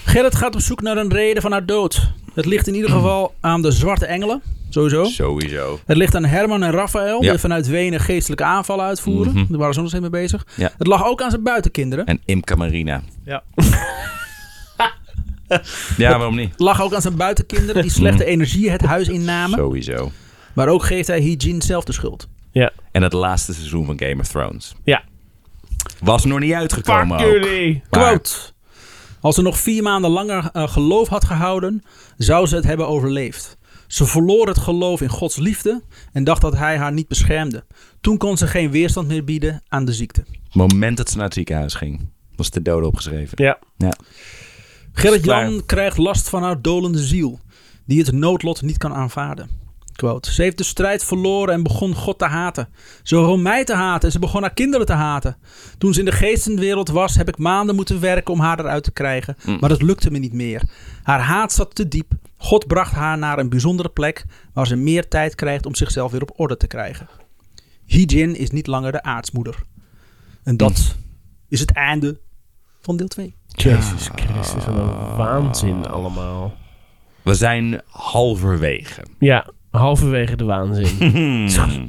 Speaker 1: Gerrit gaat op zoek naar een reden van haar dood. Het ligt in ieder geval aan de zwarte engelen, sowieso.
Speaker 2: Sowieso.
Speaker 1: Het ligt aan Herman en Raphaël,
Speaker 2: Ja.
Speaker 1: die vanuit Wenen geestelijke aanvallen uitvoeren.
Speaker 2: Mhm.
Speaker 1: Daar waren ze nog steeds mee bezig.
Speaker 2: Ja.
Speaker 1: Het lag ook aan zijn buitenkinderen.
Speaker 2: En Imca Marina.
Speaker 3: Ja.
Speaker 2: Ja, waarom niet?
Speaker 1: Het lag ook aan zijn buitenkinderen,
Speaker 2: Mhm.
Speaker 1: die slechte energie het huis innamen.
Speaker 2: Sowieso.
Speaker 1: Maar ook geeft hij Hijin zelf de schuld.
Speaker 3: Ja.
Speaker 2: En het laatste seizoen van Game of Thrones.
Speaker 3: Ja.
Speaker 2: Was nog niet uitgekomen
Speaker 3: Fuck
Speaker 2: ook.
Speaker 3: jullie!
Speaker 2: Maar-
Speaker 1: Quote. Als ze nog vier maanden langer eh, geloof had gehouden, zou ze het hebben overleefd. Ze verloor het geloof in Gods liefde en dacht dat hij haar niet beschermde. Toen kon ze geen weerstand meer bieden aan de ziekte.
Speaker 2: Het moment dat ze naar het ziekenhuis ging, was de dode opgeschreven.
Speaker 3: Ja.
Speaker 1: Gerrit-Jan krijgt last van haar dolende ziel, die het noodlot niet kan aanvaarden. Quote, ze heeft de strijd verloren en begon God te haten. Ze begon mij te haten en ze begon haar kinderen te haten. Toen ze in de geestenwereld was, heb ik maanden moeten werken om haar eruit te krijgen.
Speaker 2: Mm.
Speaker 1: Maar dat lukte me niet meer. Haar haat zat te diep. God bracht haar naar een bijzondere plek waar ze meer tijd krijgt om zichzelf weer op orde te krijgen. Hijin is niet langer de aartsmoeder. En dat is het einde van deel 2.
Speaker 3: Jezus
Speaker 2: Ah.
Speaker 3: Christus, wat een waanzin allemaal.
Speaker 2: We zijn halverwege.
Speaker 3: Ja, halverwege de waanzin.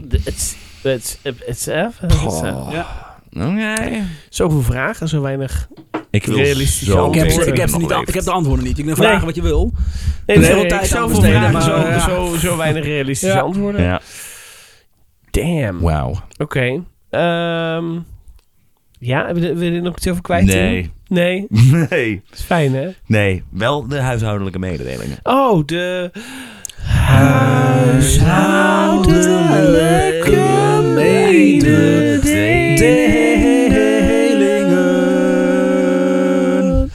Speaker 3: Het is- het is- het is- eh, het is-
Speaker 2: Goh. Oké.
Speaker 3: Zoveel vragen, zo weinig.
Speaker 2: Ik wil
Speaker 3: Realistische
Speaker 2: zo
Speaker 1: Ik heb,
Speaker 3: Oké.
Speaker 1: ze, ik, heb ze
Speaker 2: nog
Speaker 1: niet aan-
Speaker 2: leeft.
Speaker 1: ik heb de antwoorden niet. Je kunt
Speaker 3: Nee.
Speaker 1: vragen wat je wil.
Speaker 3: Nee,
Speaker 1: Nee,
Speaker 3: nee,
Speaker 1: nee,
Speaker 3: tijd
Speaker 1: ik
Speaker 3: zoveel
Speaker 1: besteden,
Speaker 3: vragen,
Speaker 1: maar,
Speaker 3: zo,
Speaker 1: ja.
Speaker 3: zo, zo weinig realistische
Speaker 1: Ja.
Speaker 3: antwoorden.
Speaker 2: Ja.
Speaker 3: Damn. Oké.
Speaker 2: Wauw.
Speaker 3: ehm, ja, hebben we er- wil je er nog iets over kwijt? Tim?
Speaker 2: Nee.
Speaker 3: Nee,
Speaker 2: Nee.
Speaker 3: dat is fijn hè?
Speaker 2: Nee. Wel de huishoudelijke mededelingen.
Speaker 3: Oh, de... Huishoudelijke mededelingen.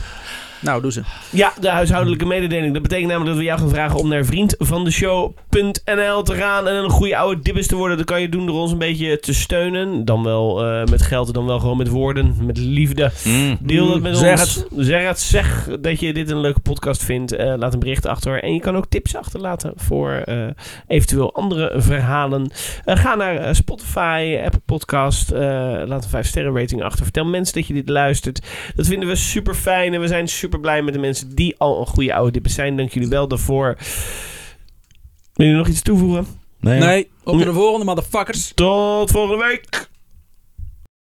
Speaker 1: Nou, doe ze.
Speaker 3: Ja, de huishoudelijke mededeling. Dat betekent namelijk dat we jou gaan vragen om naar vriendvandeshow.nl te gaan en een goede oude dibbes te worden. Dat kan je doen door ons een beetje te steunen. Dan wel eh, met geld en dan wel gewoon met woorden, met liefde. Deel dat
Speaker 1: Mm,
Speaker 3: met
Speaker 1: zeg
Speaker 3: ons. Zeg het. Zeg dat je dit een leuke podcast vindt. Eh, laat een bericht achter. En je kan ook tips achterlaten voor eh, eventueel andere verhalen. Eh, ga naar eh, Spotify, Apple Podcast. eh, laat een 5 sterren rating achter. Vertel mensen dat je dit luistert. Dat vinden we super fijn. En we zijn super blij met de mensen die al een goede oude dippen zijn. Dank jullie wel daarvoor. Wil je nog iets toevoegen?
Speaker 1: Nou, Nee, op naar de volgende, motherfuckers.
Speaker 3: Tot volgende week.